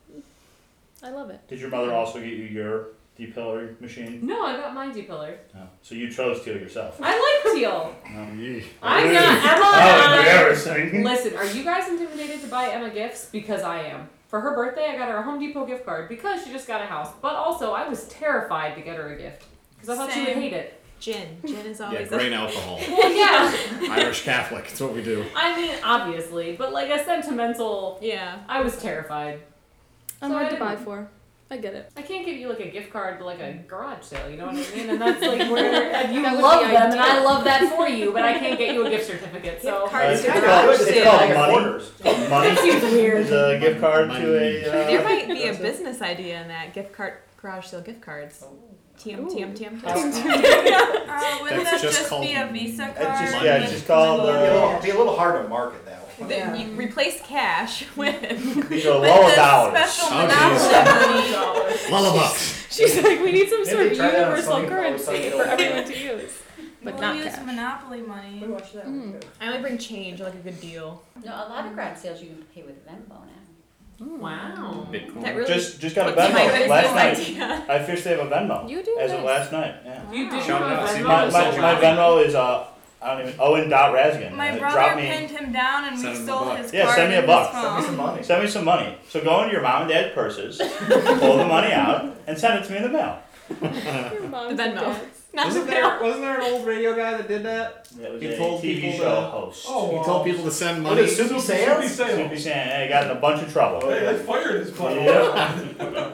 S1: I love it.
S6: Did your mother also get you your depillary machine?
S3: No, I got my depiler.
S6: No. So you chose teal yourself.
S3: I like teal.
S6: No, ye.
S3: I'm
S6: Ooh.
S3: not Emma.
S6: How
S3: and I-
S6: embarrassing.
S3: Listen, are you guys intimidated to buy Emma gifts? Because I am. For her birthday, I got her a Home Depot gift card because she just got a house. But also, I was terrified to get her a gift because I thought she would
S4: Same.
S3: hate it.
S4: Gin. Gin Oh, is
S3: always
S4: a-
S13: grain alcohol.
S3: Well, yeah.
S13: Irish Catholic. It's what we do.
S3: I mean, obviously, but like a sentimental.
S4: Yeah.
S3: I was terrified.
S1: I'm
S3: So I
S1: hard to buy
S3: didn't-
S1: for. I get it.
S3: I can't give you like a gift card to like a garage sale, you know what I mean? And that's like where and you
S1: That would be
S3: love them, and I
S1: ideal.
S3: love that for you, but I can't get you a gift certificate. So
S6: Uh, it's, called, it's called money. It's called money.
S3: That seems weird.
S6: It's a gift card to
S4: Money.
S6: a.
S4: there
S6: Uh,
S4: might be a business idea in that gift card garage sale gift cards.
S10: Oh.
S4: TM TM TM
S12: Uh,
S4: TM.
S12: wouldn't that
S6: That's just
S12: just
S6: called
S12: be a Visa card?
S6: it's just, yeah, it's just called.
S11: Be a
S6: Uh,
S11: little, be a little hard to market that one.
S4: Then you replace cash with.
S6: these are lower dollars. Oh,
S13: Lullabucks.
S1: She's like, we need some
S11: Maybe
S1: sort of
S11: try that on
S1: universal
S11: something for
S1: currency
S11: something
S1: for
S11: else.
S1: everyone to use, Mm, but
S12: we'll
S1: not
S12: use
S1: cash.
S12: Monopoly money.
S4: I only bring change, I like a good deal.
S7: No, a lot of garage sales you can pay with Venmo now.
S10: Mm.
S3: Wow.
S6: Bitcoin.
S4: That really
S6: just just got a
S4: puts my
S6: Venmo
S4: business
S6: last night.
S4: idea.
S6: I officially have a Venmo.
S4: You do?
S6: As of
S4: Nice.
S6: last night. Yeah.
S3: You do
S13: Shout
S3: have
S13: out.
S3: a
S13: See,
S3: Venmo.
S6: My, my,
S13: So
S6: my
S13: Venmo.
S6: Venmo is uh I don't even Owen dot Rasgan.
S12: My
S6: Uh,
S12: brother
S6: drop me.
S12: pinned him down and we
S13: Send him a
S12: stole
S13: buck.
S12: his
S6: Yeah,
S12: card
S6: send me
S12: and
S6: a
S12: his
S6: buck.
S12: phone.
S11: money.
S6: Send me some money. So go into your mom and dad's purses, pull the money out, and send it to me in the mail.
S1: Your mom's
S4: The
S1: and
S4: Venmo.
S1: dad's.
S5: Wasn't there wasn't there an old radio guy that did that?
S6: That was
S13: He
S6: a
S13: told
S6: TV
S13: people
S6: show
S13: to-
S6: host.
S8: Oh,
S13: He told people to send
S11: What
S13: money.
S11: is Soupy Sam's?
S6: Soupy Sam, and he got in a bunch of
S11: Oh,
S5: Oh,
S6: trouble.
S8: Hey, they fired his butt.
S6: Yeah.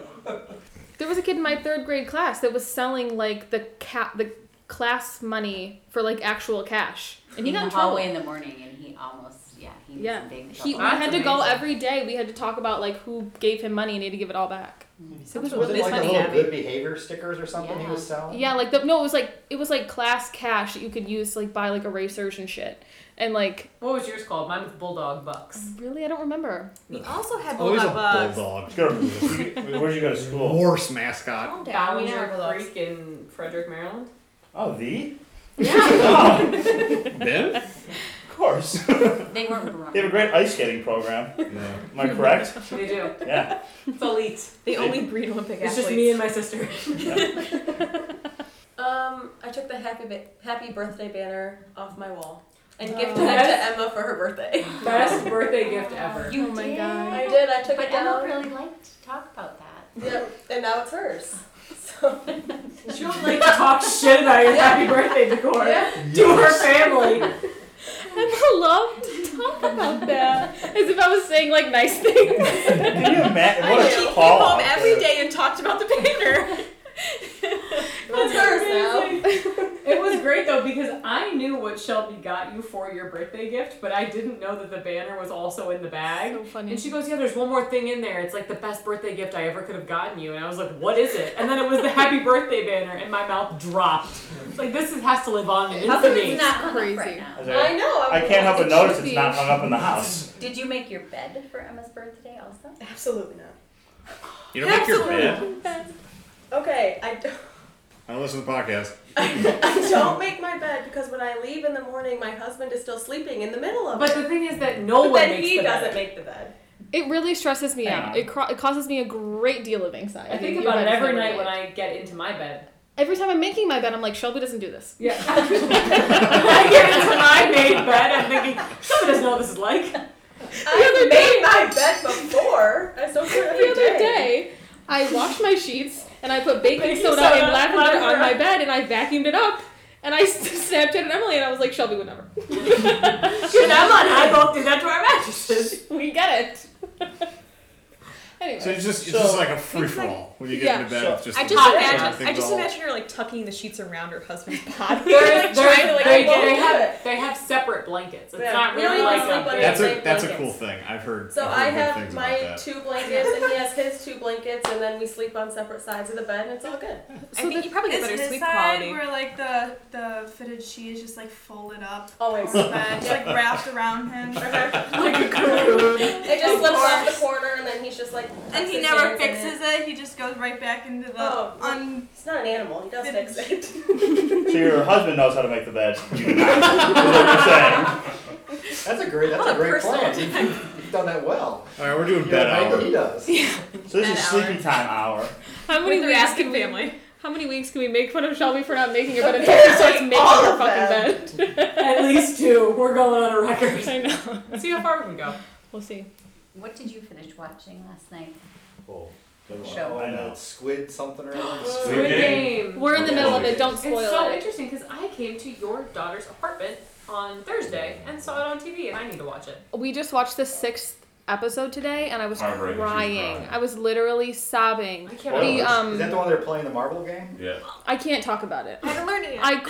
S1: There was a kid in my third grade class that was selling like the cat the class money for like actual cash, and he got in trouble.
S7: hallway in the morning, and he almost yeah he was
S1: Yeah,
S7: in big
S1: he we
S7: trouble.
S1: had to go every day. We had to talk about like who gave him money and he had to give it all back. So it was
S11: Was
S1: really
S11: it like the
S1: funny.
S11: little good behavior stickers or something he was selling?
S1: Yeah, like the no, it was like it was like class cash that you could use to, like buy like erasers and shit, and like
S3: What was yours called? Mine was Bulldog Bucks.
S1: really I don't remember.
S4: We also had
S5: Oh,
S13: Always a
S4: bulldog bugs.
S13: bulldog.
S6: Go to- Where'd you go to school?
S13: Horse mascot.
S4: Calm down, we never
S3: Ballinger
S4: had bulldogs.
S3: Creek in Frederick, Maryland.
S6: Oh, the?
S13: Ben?
S6: Of course.
S7: They weren't drunk.
S6: They have a great ice skating program. Am I correct?
S3: They do.
S6: Yeah.
S3: It's elite.
S4: They only breed Olympic
S3: It's
S4: athletes.
S3: just me and my sister.
S10: Um, I took the happy ba- happy birthday banner off my wall and
S1: Oh.
S10: gifted it to Emma for her birthday.
S3: Best birthday gift ever.
S7: You
S1: Oh my
S7: did?
S1: God.
S10: I did. I took
S7: But
S10: it
S7: Emma
S10: down.
S7: really liked to talk about that.
S10: Yep, and now it's hers. So
S3: She don't like to talk shit about your happy birthday decor
S10: yeah.
S3: to her family.
S1: I love to talk about that as if I was saying like nice things.
S6: Can you imagine? What
S4: I-
S6: a
S4: she came
S6: call
S4: home
S6: out
S4: every
S6: there.
S4: day and talked about the banner.
S3: That's
S10: It's hers now.
S3: amazing. It was great though because I knew what Shelby got you for your birthday gift, but I didn't know that the banner was also in the bag.
S1: So funny.
S3: And she goes, "Yeah, there's one more thing in there. It's like the best birthday gift I ever could have gotten you." And I was like, "What is it?" And then it was the happy birthday banner, and my mouth dropped. It's like this is, has to live on in
S7: How come
S3: infamy.
S7: it's not hung up
S1: Crazy.
S7: right now?
S6: I was
S10: I
S6: like,
S10: know.
S6: I can't help but
S1: It
S6: notice
S1: should
S6: it's
S1: be.
S6: not hung up in the house.
S7: Did you make your bed for Emma's birthday also?
S10: Absolutely not.
S13: You don't make your bed.
S10: Okay, I don't.
S13: I don't listen to the podcast.
S10: I don't make my bed because when I leave in the morning, my husband is still sleeping in the middle of
S3: But
S10: it.
S3: the thing is that no
S10: but
S3: one
S10: then
S3: makes
S10: he
S3: the bed.
S10: doesn't make the bed.
S1: It really stresses me
S6: Hang
S1: out.
S6: on.
S1: It, cro- it causes me a great deal of anxiety.
S3: I think
S1: You
S3: about it
S1: guys
S3: every
S1: never
S3: night
S1: did.
S3: when I get into my bed.
S1: Every time I'm making my bed, I'm like, Shelby doesn't do this.
S3: Yeah. I get into my made bed. I'm thinking, somebody doesn't know what this is like.
S10: I made my bed before. I still do it every
S1: The other day, I washed my sheets and I put baking
S3: Baking
S1: soda,
S3: soda,
S1: and lavender
S3: lavender.
S1: on my bed and I vacuumed it up. And I Snapchatted Emily and I was like, Shelby would never.
S3: Should Emma and I both do that to our mattresses.
S1: We get it. anyway.
S13: So it's just it's
S6: So-
S13: just like a free for all when you get
S1: Yeah.
S13: into bed.
S6: So-
S13: it's just
S4: I
S13: a-
S4: just
S13: everything's
S4: imagine. I just
S13: all-
S4: imagine her like tucking the sheets around her husband's body,
S3: There
S4: like
S3: is- there is-
S4: trying to like
S3: they,
S4: hold
S3: they
S4: it.
S3: have, they have separate blankets. It's
S10: Yeah.
S3: not
S10: We don't
S3: really
S10: even
S3: like
S10: sleep
S3: a
S10: under
S3: big-
S13: That's a
S10: Same
S13: that's a
S10: blankets.
S13: cool thing. I've heard.
S10: So
S13: I've
S10: I
S13: heard good
S10: have
S13: things
S10: my
S13: about that.
S10: two blankets, and he has his two blankets, and then we sleep on separate sides of the bed, and it's all good.
S4: I think you probably get
S12: Is
S4: better
S12: his
S4: sleep
S12: side
S4: quality.
S12: where like the the fitted sheet is just like folded up
S14: Oh,
S10: Always.
S12: on the bed, just, like wrapped around him.
S10: It just slips off the corner, and then he's just like.
S12: And
S10: tucks
S12: he
S10: his
S12: never
S10: hands in
S12: fixes
S10: it.
S12: it. He just goes right back into the
S10: Oh.
S12: un.
S10: He's not an animal. He does fix it.
S6: So your husband knows how to make the bed. You do not. Is what you're saying.
S11: That's a great. That's
S4: What
S11: a
S4: a
S11: great
S4: personal
S11: plan. You've, you've done that well.
S13: All right, we're doing
S11: You
S13: bed
S11: know, Mike,
S13: hour.
S11: He does.
S6: So this is
S4: Bed hour.
S6: sleeping time hour.
S1: How many
S4: With their
S1: weeks
S4: African
S1: can we,
S4: family.
S1: How many weeks can we make fun of Shelby for not making her bed until she starts making
S3: all
S1: her
S3: of
S1: fucking bed?
S3: At least two. We're going on a record.
S1: I know.
S3: Let's see how far we can go.
S1: We'll see.
S7: What did you finish watching last night?
S11: Oh, good one.
S7: Show.
S11: Oh, that Squid something or other.
S3: Squid Game.
S1: We're in the middle of it. Don't spoil
S3: It's so
S1: it.
S3: interesting because I came to your daughter's apartment on Thursday and saw it on TV, and I need to watch it.
S1: We just watched the sixth episode today, and I was
S11: Heartbreaking, she was
S1: crying.
S11: crying.
S1: I was literally sobbing. I
S11: Spoilers.
S1: the um.
S11: Is that the one they're playing the marble game?
S13: Yeah.
S1: I can't talk about it.
S4: I haven't learned it yet.
S1: I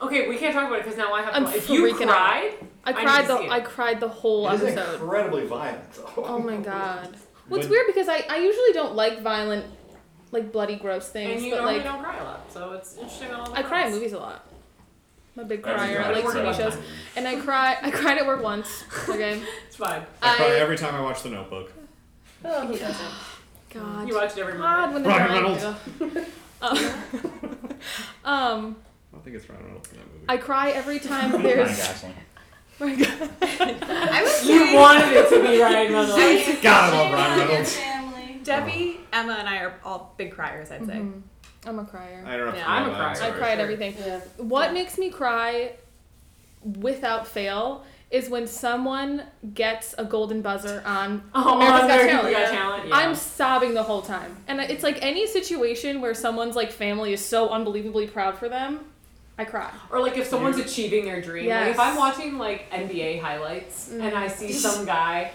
S3: Okay, we can't talk about it because now I have
S1: I'm
S3: to. If you
S1: freaking out.
S3: cried,
S1: I
S3: need
S1: cried
S3: to
S1: the
S3: see it.
S1: I cried the whole
S11: It is
S1: episode.
S11: incredibly violent. Though.
S1: Oh my god. What's
S11: But-
S1: weird because I, I usually don't like violent, like bloody gross things,
S3: And you
S1: but
S3: normally
S1: like
S3: don't cry a lot, so it's interesting on all the
S1: I cry at
S3: fronts.
S1: movies a lot. I'm a big
S13: Every
S1: crier.
S13: time
S1: I like
S13: I cry
S1: TV
S13: at
S1: shows,
S13: movies.
S1: and I cry. I cried at work once. Okay,
S3: it's fine.
S13: I cry
S1: I,
S13: every time I watch The Notebook.
S1: oh, who doesn't? God,
S3: You watch it every
S1: God,
S3: Monday.
S1: when the
S13: Ryan
S1: Ryan-
S13: Reynolds.
S1: Ugh. um,
S13: I don't think it's Ryan Reynolds in that movie.
S1: I cry every time
S13: Ryan
S1: there's.
S13: Gosling.
S1: Ryan Gosling.
S4: I was
S3: You
S4: kidding.
S3: wanted it to be Ryan Reynolds.
S4: Shame-
S13: God, I love
S4: shame
S13: Ryan
S4: on your
S13: Reynolds.
S4: family. Debbie, Emma, and I are all big criers. I'd say.
S1: Mhm. I'm a crier.
S13: I interrupted
S4: Yeah,
S13: you,
S4: I'm a
S13: Emma,
S4: crier.
S1: I
S13: sorry.
S1: cry at everything. What makes me cry without fail is when someone gets a golden buzzer on
S3: Oh,
S1: America's
S3: on
S1: Got
S3: America's
S1: Talent.
S3: Got Talent, yeah.
S1: I'm sobbing the whole time. And it's like any situation where someone's like family is so unbelievably proud for them, I cry.
S3: Or like if someone's achieving their dream. Like
S1: Yes.
S3: if I'm watching like NBA highlights
S1: Mm.
S3: and I see some guy,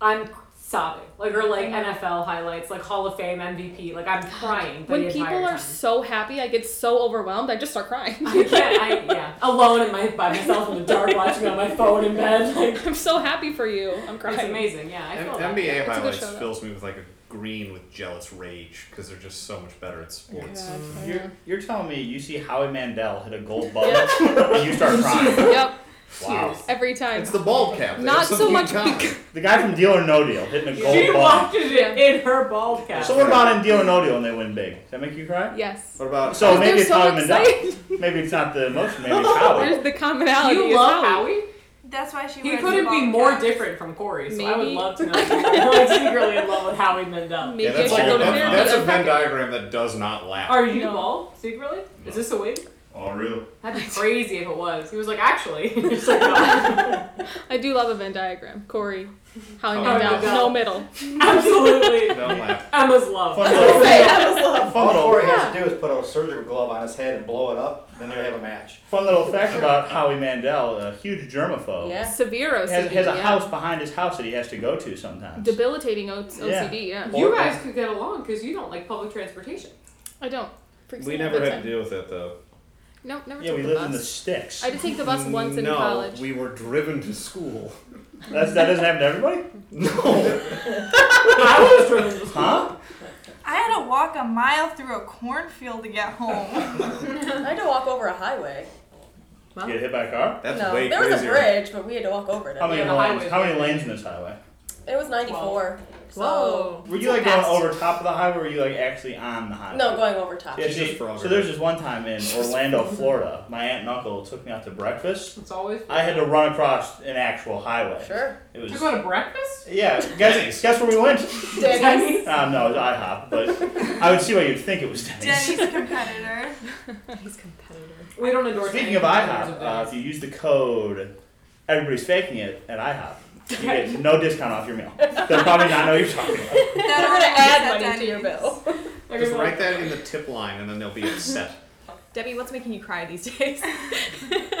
S3: I'm sobbing. Like or like
S1: Mm.
S3: NFL highlights, like Hall of Fame MVP. Like I'm crying. the
S1: When people
S3: entire
S1: are
S3: time.
S1: so happy, I get so overwhelmed, I just start crying.
S3: I can't, I, yeah, alone in my by myself in the dark watching on my phone in bed. Like
S1: I'm so happy for you. I'm crying.
S3: it's amazing. Yeah, I
S13: M-
S3: feel that.
S13: NBA
S1: It's a good
S13: highlights
S1: show, though.
S13: fills me with like a green with jealous rage because they're just so much better at sports.
S1: Yeah, it's
S6: You're,
S1: fine.
S6: you're telling me you see Howie Mandel hit a gold ball and you start crying.
S1: Yep.
S6: Wow.
S1: Every time.
S13: It's the bald cap. They
S1: Not
S13: have
S1: so
S13: something
S1: much.
S13: in common.
S1: Because-
S6: The guy from Deal or No Deal hitting a gold
S3: She
S6: ball.
S3: watches it in her bald cap.
S6: So what about in Deal or No Deal and they win big? Does that make you cry?
S1: yes.
S13: What about
S1: Because
S6: So maybe
S1: they're
S6: it's
S1: so
S6: Howie Mandel.
S1: excited.
S6: Maybe it's not the emotion. Maybe it's Howie.
S1: There's the commonality.
S3: you
S1: is
S3: love
S1: Howie.
S3: Howie?
S12: That's why she
S3: He
S12: wears
S3: couldn't
S12: the
S3: be
S12: bald
S3: more
S12: cap.
S3: different from Corey. So I would
S1: Maybe.
S3: love to know. if you're, like secretly in love with Howie Mandel.
S1: Maybe
S13: Yeah,
S1: I
S13: that's
S1: should
S13: like
S1: go to
S13: that-
S1: therapy.
S13: that's a
S1: I'm
S13: Venn
S1: fucking-
S13: diagram that does not laugh.
S3: Are you
S1: No.
S3: bald secretly? Is this a wig?
S13: All real.
S3: That'd be crazy if it was. He was like, actually, It's like, "No."
S1: I do love a Venn diagram. Corey, Howie
S13: Howie
S1: Mandel,
S3: Mandel.
S1: no middle.
S3: absolutely.
S13: Don't laugh.
S3: Emma's love.
S6: Fun little- fun
S11: All
S6: little
S11: Corey has to do is put a surgical glove on his head and blow it up, then they have a match.
S6: Fun little fact about Howie Mandel, a huge germaphobe.
S7: Yeah.
S1: Severe OCD.
S6: Has, has a
S1: yeah.
S6: house behind his house that he has to go to sometimes.
S1: Debilitating O- OCD. Yeah.
S3: You guys could get along because you don't like public transportation.
S1: I don't. Freaks
S13: We
S1: me out
S13: never
S1: big
S13: had to
S1: time.
S13: deal with that though.
S1: No, never
S6: Yeah,
S1: took
S6: we
S1: the
S6: lived in the
S1: bus.
S6: sticks.
S1: I did take the bus once in
S13: no,
S1: college.
S13: we were driven to school.
S6: That's, that doesn't happen to everybody?
S13: No.
S3: I was driven to school.
S6: Huh?
S12: I had to walk a mile through a cornfield to get home.
S14: I had to walk over a highway.
S6: Get hit by a car?
S13: That's
S14: no,
S13: way
S14: there
S13: crazier.
S14: was a bridge, but we had to walk over it.
S13: Um,
S6: How many,
S3: Yeah, the
S6: lanes,
S3: highway's
S6: how many
S3: really
S6: lanes in this highway?
S14: It was 94. So
S4: Whoa.
S6: Were you
S4: So
S6: like going
S4: fast.
S6: over top of the highway or were you like actually on the highway?
S14: No, going over top.
S6: Yeah,
S13: She's
S6: see,
S13: a frogger.
S6: so there's this one time in Orlando, Florida, my aunt and uncle took me out to breakfast.
S3: It's always.
S6: I had to run across an actual highway.
S14: Sure.
S6: It was
S3: To go to breakfast?
S6: yeah. Guess, guess where we went?
S14: Denny's.
S6: Um, no, it was IHOP, but I would see why you'd think it was Denny's.
S12: Denny's competitor.
S4: He's competitor.
S3: We don't endorse.
S6: Speaking
S3: any
S6: of
S3: kinds
S6: IHOP, uh,
S3: things.
S6: if you use the code, everybody's faking it at IHOP. You get no discount off your meal. They'll probably not know you're talking about. it.
S12: That
S14: We're
S12: always
S14: gonna add
S12: at
S14: money to your
S12: Denny's.
S14: bill.
S6: uh,
S3: They're
S13: Just
S3: gonna be
S13: write
S3: like,
S13: that in the tip line and then they'll be upset.
S4: Debbie, what's making you cry these days?
S7: I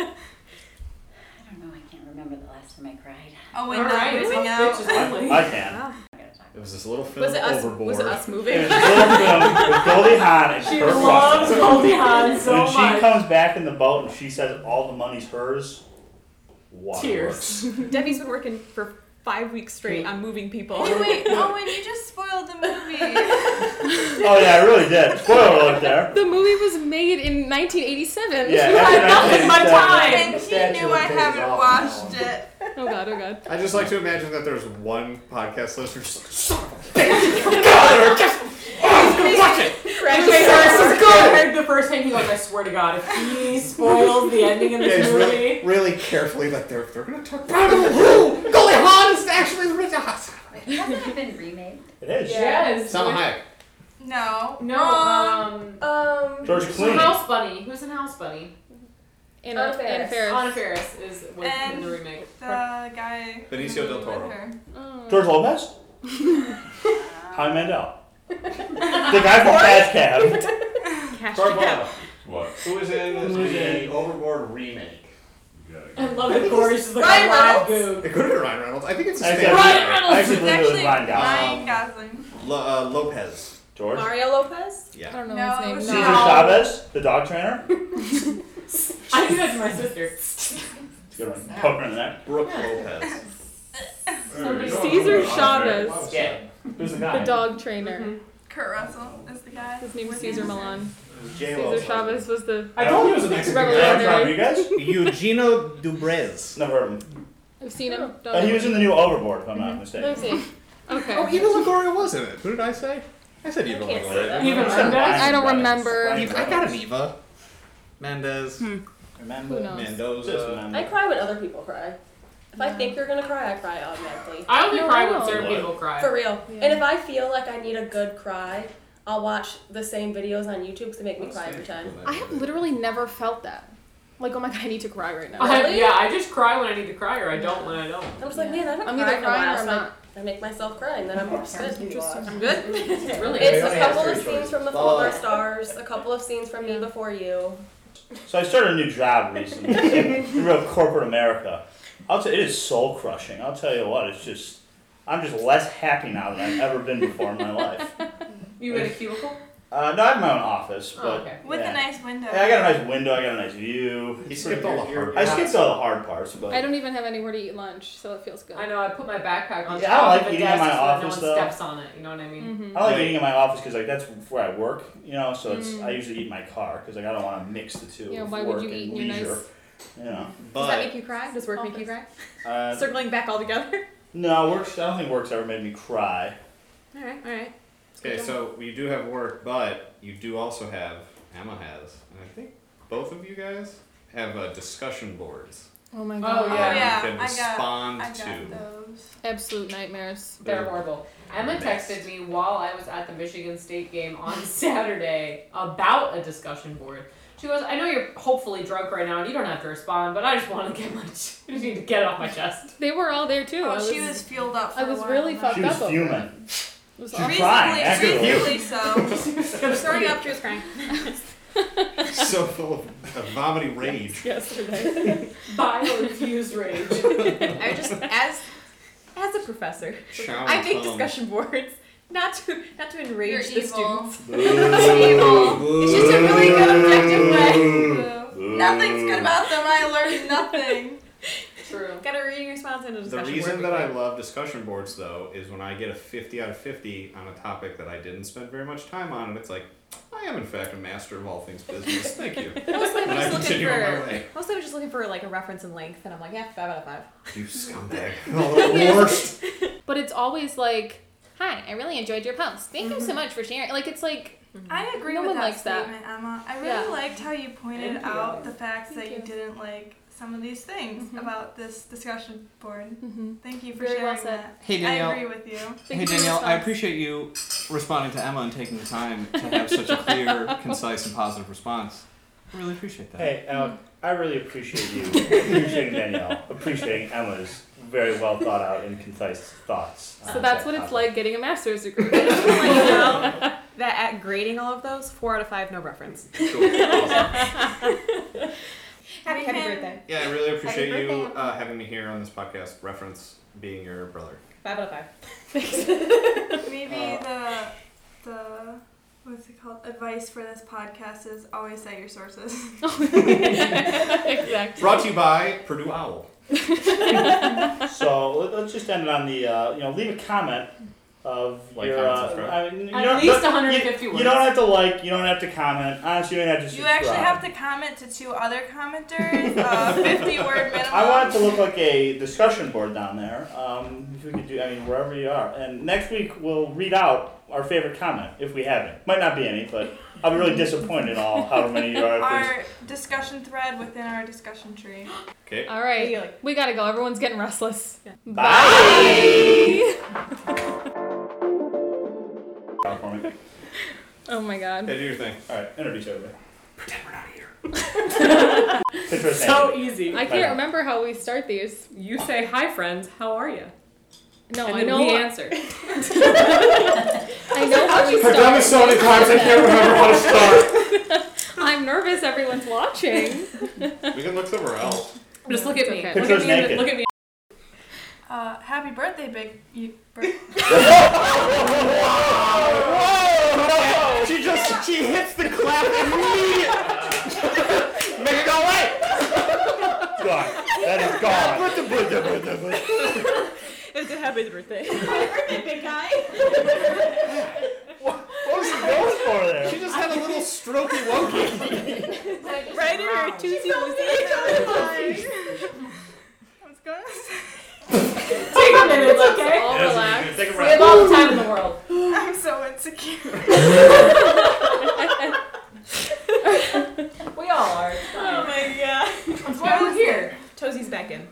S7: don't know. I can't remember the last time I cried.
S12: Oh,
S3: All
S12: we're not
S3: right,
S12: losing
S3: it's
S12: out.
S3: bitches only.
S6: I can.
S7: I gotta talk.
S13: It was this little film
S4: was it us?
S13: overboard.
S4: Was it us moving?
S6: It was a little film with Goldie Hawn and
S3: She
S6: Kurt
S3: loves
S6: Russell.
S3: Goldie Hawn so
S6: when she
S3: much.
S6: comes back in the boat and she says all the money's hers, waterworks.
S3: Tears.
S4: Debbie's been working for five weeks straight on moving people.
S12: Oh, wait, Owen, you just spoiled the movie.
S6: Oh yeah, I really did. Spoiler alert there.
S1: The movie was made in 1987.
S6: Yeah, after
S3: was my
S6: 1987,
S3: time.
S12: and he
S11: Statue
S12: knew
S11: of
S12: I
S11: David
S12: haven't
S11: Hoffman.
S12: watched it.
S1: Oh god. Oh god.
S13: I just like to imagine that there's one podcast listener just like, "Ah, "Son of
S3: He heard the first thing. He's like, I swear to God, if he spoils the ending of
S13: a-"
S3: this
S13: It's
S3: movie,
S13: really, really carefully like they're they're gonna talk about it. Ooh, Goldie Hawn is actually the rich
S7: Hasn't it been remade?
S6: It is.
S3: yes,
S13: Sound high.
S12: No.
S3: No.
S12: Um,
S3: Um. um
S12: George Clooney.
S3: House Bunny. Who's in House Bunny?
S1: Anna- Anna Faris. Faris.
S3: Anna Faris is was in
S12: and
S3: the remake.
S12: the guy.
S5: Benicio del Toro.
S12: With her.
S1: Oh,
S6: George Lopez? Howie Mandel. The guy from Fast Cab.
S5: Cash
S6: Cab.
S5: What? Who is in
S6: Who is
S5: the
S6: in-
S5: Overboard remake?
S3: I love it. Corey's just like
S12: Ryan
S3: a live
S5: It could have been Ryan Reynolds. I think it's the
S6: I
S5: same.
S6: said-
S5: Ryan
S6: Reynolds! I actually believe it was
S12: Actually, Ryan
S6: Ryan Gosling.
S12: Gosling.
S5: Lo- uh, Lopez.
S6: George.
S14: Mario Lopez?
S5: Yeah.
S1: I don't know
S12: No, it
S1: his
S12: was
S1: name.
S6: Cesar Chavez, the dog trainer.
S3: I do that to my sister.
S6: Good one. Poke her in the neck.
S5: Brooke Lopez.
S1: Cesar Chavez.
S6: Yeah. Who's the guy?
S1: The dog trainer.
S3: Mm-hmm.
S12: Kurt Russell is the guy.
S1: His name was Cesar Milan.
S5: J-Lo.
S1: Cesar Chavez was the
S5: I told you it was a Mexican guy.
S1: revolutionary.
S5: Eugenio Dubrez.
S6: Never heard of him.
S1: I've seen him. Don't
S6: Uh, he
S1: know.
S6: was in the new Overboard, if I'm not
S1: Mm-hmm. Let
S6: mistaken.
S1: me see. Okay.
S5: Oh, Eva Longoria was in it. Who did I say? I said Eva Longoria.
S3: Eva
S5: I said
S3: Mendes?
S5: Ryan
S1: I don't
S5: Reynolds.
S1: remember.
S5: Ryan- I got an Eva. Mendez.
S1: Who
S6: Remember?
S1: knows?
S5: Mendoza.
S14: I cry when other people cry. If I think you're gonna cry, I cry automatically.
S3: I only
S1: No,
S3: cry
S1: I
S3: when
S1: know.
S3: certain people cry.
S14: For real.
S1: Yeah.
S14: And if I feel like I need a good cry, I'll watch the same videos on YouTube because they make me cry every time.
S1: I have literally never felt that. Like, oh my god, I need to cry right now.
S3: I,
S14: Really?
S3: yeah, I just cry when I need to cry or I don't when I don't.
S14: I'm just like, man, I haven't
S1: I'm
S14: cried
S1: either
S14: in a
S1: crying
S14: while,
S1: or I'm
S14: so I-
S1: not.
S14: I make myself cry and then I'm good.
S1: Interesting.
S4: Good.
S3: It's really
S14: It's
S11: only
S14: a
S11: has
S14: couple
S11: three
S14: of scenes
S11: choices.
S14: from The Fault in Our Stars, a couple of scenes from Me Before You.
S6: So I started a new job recently in real corporate America. I'll tell it is soul crushing. I'll tell you what, it's just I'm just less happy now than I've ever been before in my life.
S3: You in a cubicle?
S6: Uh, no, I have my own office, but
S3: Oh, okay.
S12: With
S6: yeah.
S12: a nice window.
S6: Yeah, I got a nice window. I got a nice view.
S5: He skipped all the hard
S6: I skipped all the hard parts, but
S1: I don't even have anywhere to eat lunch, so it feels good.
S3: I know. I put my backpack on.
S6: Yeah, I
S3: top
S6: like
S3: of a
S6: eating in
S3: desk
S6: my
S3: so that
S6: office,
S3: No
S6: though.
S3: one steps on it. You know what I mean?
S4: Mm-hmm.
S6: I like eating in my office because like that's where I work, you know. So it's I usually eat in my car because like I don't want to mix the two.
S1: Mm. Yeah,
S6: of
S1: why would
S6: work
S1: you eat
S6: and
S1: in your
S6: leisure.
S1: nice-
S6: You know,
S4: Does that
S5: But
S4: make you cry? Does work make you cry?
S6: uh,
S4: Circling back all together.
S6: no, works. I don't think works ever made me cry.
S4: All right, all right.
S5: okay, so you do have work, but you do also have Emma has, and I think both of you guys have uh, discussion boards.
S1: Oh my
S3: Oh,
S1: god.
S12: Oh,
S3: Yeah,
S12: yeah,
S5: you can
S12: I
S5: respond
S12: got, I
S5: to.
S12: got those.
S1: Absolute nightmares.
S3: They're horrible. Emma
S5: Next.
S3: texted me while I was at the Michigan State game on Saturday about a discussion board. She goes, I know you're hopefully drunk right now and you don't have to respond, but I just want to get my, I just need to get it off my chest.
S1: They were all there too.
S12: Oh,
S1: I was,
S12: she was fueled up. For
S1: I
S12: a
S1: was
S12: while,
S1: really
S12: though.
S1: fucked
S6: She
S1: up.
S6: was
S1: over it.
S6: fuming.
S1: It was
S6: She was
S1: awful.
S6: crying.
S12: Recently,
S6: Actually,
S12: recently so.
S4: Throwing up, she was crying.
S5: so full of, of vomiting rage.
S1: yesterday.
S3: Bio-infused rage.
S4: I just as as a professor,
S5: Shower
S4: I make
S5: tongue.
S4: discussion boards not to not to enrage
S12: You're
S4: the
S12: evil.
S4: students.
S12: evil.
S4: It's just a really good objective way.
S12: Boo. Nothing's good about them. I learned nothing.
S3: True.
S4: Got a reading response and a
S5: The
S4: discussion
S5: reason
S4: board.
S5: that I love discussion boards though is when I get a 50 out of 50 on a topic that I didn't spend very much time on, and it's like, I am in fact a master of all things business. Thank you.
S4: Mostly I'm
S5: And I
S4: just looking
S5: continue on my
S4: for
S5: way.
S4: mostly I'm just looking for like a reference in length, and I'm like, yeah, five out of five.
S5: You scumbag. Oh, the worst.
S1: But it's always like, hi, I really enjoyed your post. Thank
S4: Mm-hmm.
S1: you so much for sharing. Like, it's like,
S12: I
S1: Mm-hmm.
S12: agree
S1: No
S12: with
S1: one
S12: that
S1: likes that.
S12: statement, Emma. I really
S1: Yeah.
S12: liked how you pointed
S3: Thank you.
S12: out the facts that you. didn't like some of these things
S1: Mm-hmm.
S12: about this discussion board.
S4: Mm-hmm.
S12: Thank you for
S1: Very well
S12: sharing
S1: said.
S12: that.
S13: Hey,
S12: I
S13: Danielle.
S12: agree with you.
S1: "Mm-hmm. Thank you for your response.
S13: appreciate you responding to Emma and taking the time to have such a clear, concise, and positive response. I really appreciate
S6: Hey, Alec, I really appreciate you appreciating Danielle, appreciating Emma's very well thought out and concise thoughts.
S1: so
S6: on
S1: that's
S6: that
S1: what it's
S6: topic.
S1: like getting a master's degree.
S4: That at grading all of those, four out of five, no reference. Happy happy birthday.
S5: Yeah, I really appreciate
S4: Happy
S5: you
S4: birthday.
S5: uh, having me here on this podcast. Reference being your brother.
S4: Five out of five.
S12: Maybe
S6: Oh.
S12: the the what's it called? Advice for this podcast is always cite your sources.
S1: exactly.
S5: Brought to you by Purdue Owl.
S6: So let, us just end it on the uh, you know leave a comment of
S5: Like,
S6: your.
S5: comment,
S6: Uh,
S5: subscribe.
S6: I mean, you
S3: At
S6: don't-
S3: least
S6: you-
S3: 150
S6: you,
S3: words.
S6: don't have to like. You don't have to comment. Honestly, you don't have to.
S12: You actually
S6: subscribe.
S12: have to comment to two other commenters. Uh, Fifty word minimum.
S6: I want it to look like a discussion board down there. Um, if we could do, I mean, wherever you are. And next week we'll read out our favorite comment if we have it. Might not be any, but I'll be really disappointed in all however many you are. if there's-
S12: our discussion thread within our discussion tree.
S5: Okay.
S2: Um,
S1: All
S4: You're
S1: right.
S4: like-
S1: We got to go. Everyone's getting restless.
S6: Bye. Bye.
S1: Oh my god.
S5: Hey, do your thing.
S6: All right, interview's over.
S3: so easy.
S1: I can't remember how we start these.
S3: You say, "Hi, friends. How are you?"
S1: No,
S4: Oh,
S3: and
S1: I
S3: then
S1: know.
S3: we answer.
S1: I know how we
S5: I've done this so many times, I can't remember how to
S1: I'm nervous. Everyone's watching.
S5: We can look somewhere else.
S3: Just look at me.
S1: Okay.
S3: Look at me. in the- Look at me.
S12: Uh, happy birthday, big. You,
S2: Whoa! She just she hits the clap immediately. Make it go away.
S6: Gone. That is gone.
S4: It's a happy birthday.
S2: big guy.
S6: What was she going for there?
S2: She just had a little strokey wokey.
S4: right in her toosie was
S3: Take a minute. It's okay.
S1: All relax.
S3: We have all the time in the world.
S12: I'm so insecure.
S3: We all are.
S4: Oh my god.
S3: That's why we're here.
S4: Tosie's back in.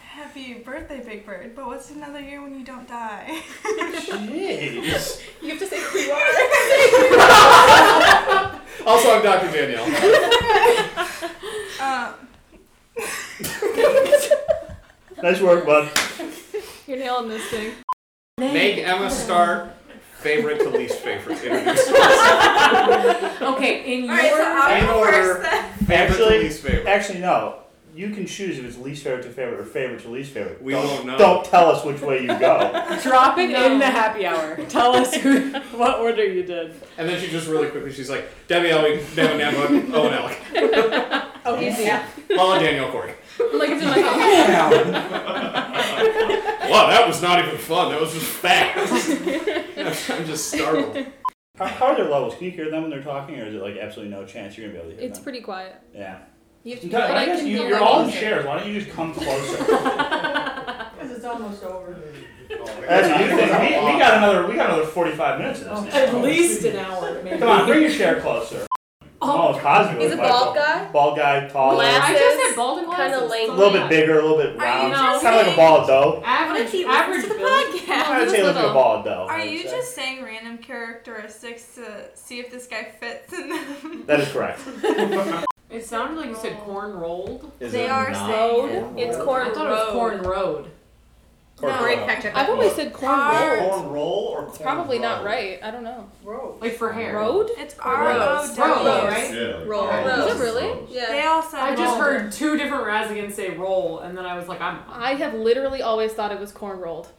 S12: Happy birthday, Big Bird. But what's another year when you don't die?
S6: Jeez.
S4: You have to say who you are.
S5: Also, I'm Dr. Danielle.
S12: um,
S6: Nice work, bud.
S1: You're nailing this thing.
S5: Make Emma start favorite to least favorite. Introduce
S3: Okay, in your
S9: Alright, so I'll
S5: In
S9: go
S5: order.
S9: first then.
S5: favorite to
S6: Actually-
S5: least favorite.
S6: Actually, no. You can choose if it's least favorite to favorite or favorite to least favorite.
S5: We
S6: don't,
S5: won't know.
S6: Don't tell us which way you go.
S3: drop it in the happy hour. Tell us who, what order you did.
S5: And then she just really quickly, she's like, Debbie Ellie, Devin Namba, Owen Alec.
S3: Oh, yeah.
S5: Paula Danielle Corey.
S1: Like it's in my
S5: Wow, that was not even fun. That was just fast. I'm just startled.
S6: How, how are their levels? Can you hear them when they're talking, or is it like absolutely no chance you're gonna be able to hear
S1: It's
S6: them?
S1: pretty quiet.
S6: yeah.
S1: You have to.
S6: Sometimes-
S1: but
S6: I
S1: I
S6: guess
S1: can
S6: you,
S1: feel
S6: you're
S1: my
S6: all in
S1: music.
S6: shares. Why don't you just come closer?
S3: Because it's almost
S5: Oh,
S3: over.
S6: That's what you think. We, we got another. We got another 45 minutes of this.
S3: At least an hour. Maybe.
S6: Come on, bring your chair closer. Oh, it's Cosmo.
S14: He's a bald guy.
S6: Bald guy, taller,
S3: I
S14: Glasses.
S3: just said bald and
S14: Kind of
S3: glasses.
S6: a
S14: lanky.
S6: little bit bigger, a little bit round,
S3: just
S6: kind of like a
S12: saying-
S6: ball of dough.
S14: What if
S3: Average,
S14: he listens
S3: average
S14: to the
S3: build.
S14: podcast?
S6: I would
S1: he's
S6: say it looks like a
S1: little.
S6: ball of dough. I
S12: are
S6: would
S12: you
S6: say.
S12: just saying random characteristics to see if this guy fits in them?
S6: That is correct.
S3: It sounded like you said corn rolled.
S14: They are
S1: Road.
S14: It's corn
S3: I thought it was corn road.
S4: Great fact check.
S1: I've always said corn road.
S6: Corn roll or corn
S1: It's probably not
S6: roll?
S1: right. I don't know.
S3: Like for hair.
S1: Road?
S12: It's R O
S4: Rose.
S3: Roll,
S12: W.
S3: right?
S4: Roll.
S1: Is it really?
S12: They
S14: Yeah.
S12: all said
S3: I just
S12: rolled.
S3: heard two different Razigans say roll, and then I was like, I'm.
S1: I have literally always thought it was corn rolled.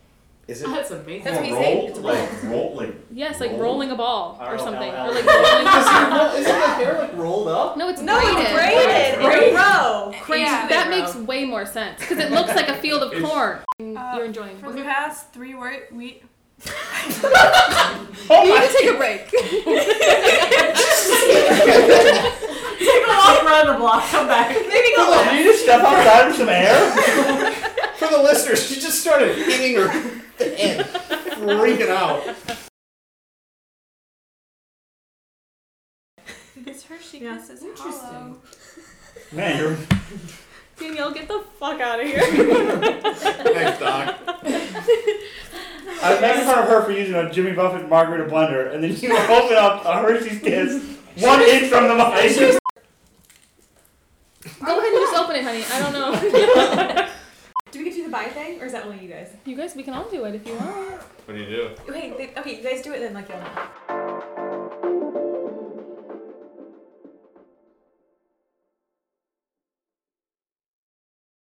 S6: Is it
S3: That's amazing.
S14: That's what
S6: corn
S14: he's
S6: roll?
S14: saying. It's
S6: Like roll, like
S1: Yes, like
S6: Roll?
S1: rolling a ball or
S6: R O L L.
S1: something. Or like rolling.
S6: Isn't the hair like rolled up?
S1: No, it's
S4: No, you
S1: braided.
S4: braided in
S3: Braided.
S4: a row.
S1: Crazy.
S12: Yeah.
S1: that makes way more sense because it looks like a field of corn. You're enjoying.
S12: Uh, For the past three wor- we
S6: Oh
S1: We
S6: my!
S1: need to take a break.
S3: Take a walk around the block, come back.
S4: Maybe go
S6: Philip,
S4: left.
S6: Can you just step outside for some air?
S5: For the listeners, she just started hitting her head, freaking out.
S12: His Hershey
S4: Yeah.
S12: kisses hollow.
S6: Man, you're
S1: Danielle, get the fuck out of here.
S5: Thanks, Doc.
S6: I've made fun of her for using a Jimmy Buffett margarita blender, and then you open up a Hershey's Kiss one inch from the mic.
S1: Go ahead and just open it, honey. I don't know.
S4: Do we get to do the bye thing, or is that only you guys?
S1: you guys, we can all do it if you want.
S5: What do you do?
S4: Wait, they, okay, you guys do it then, like you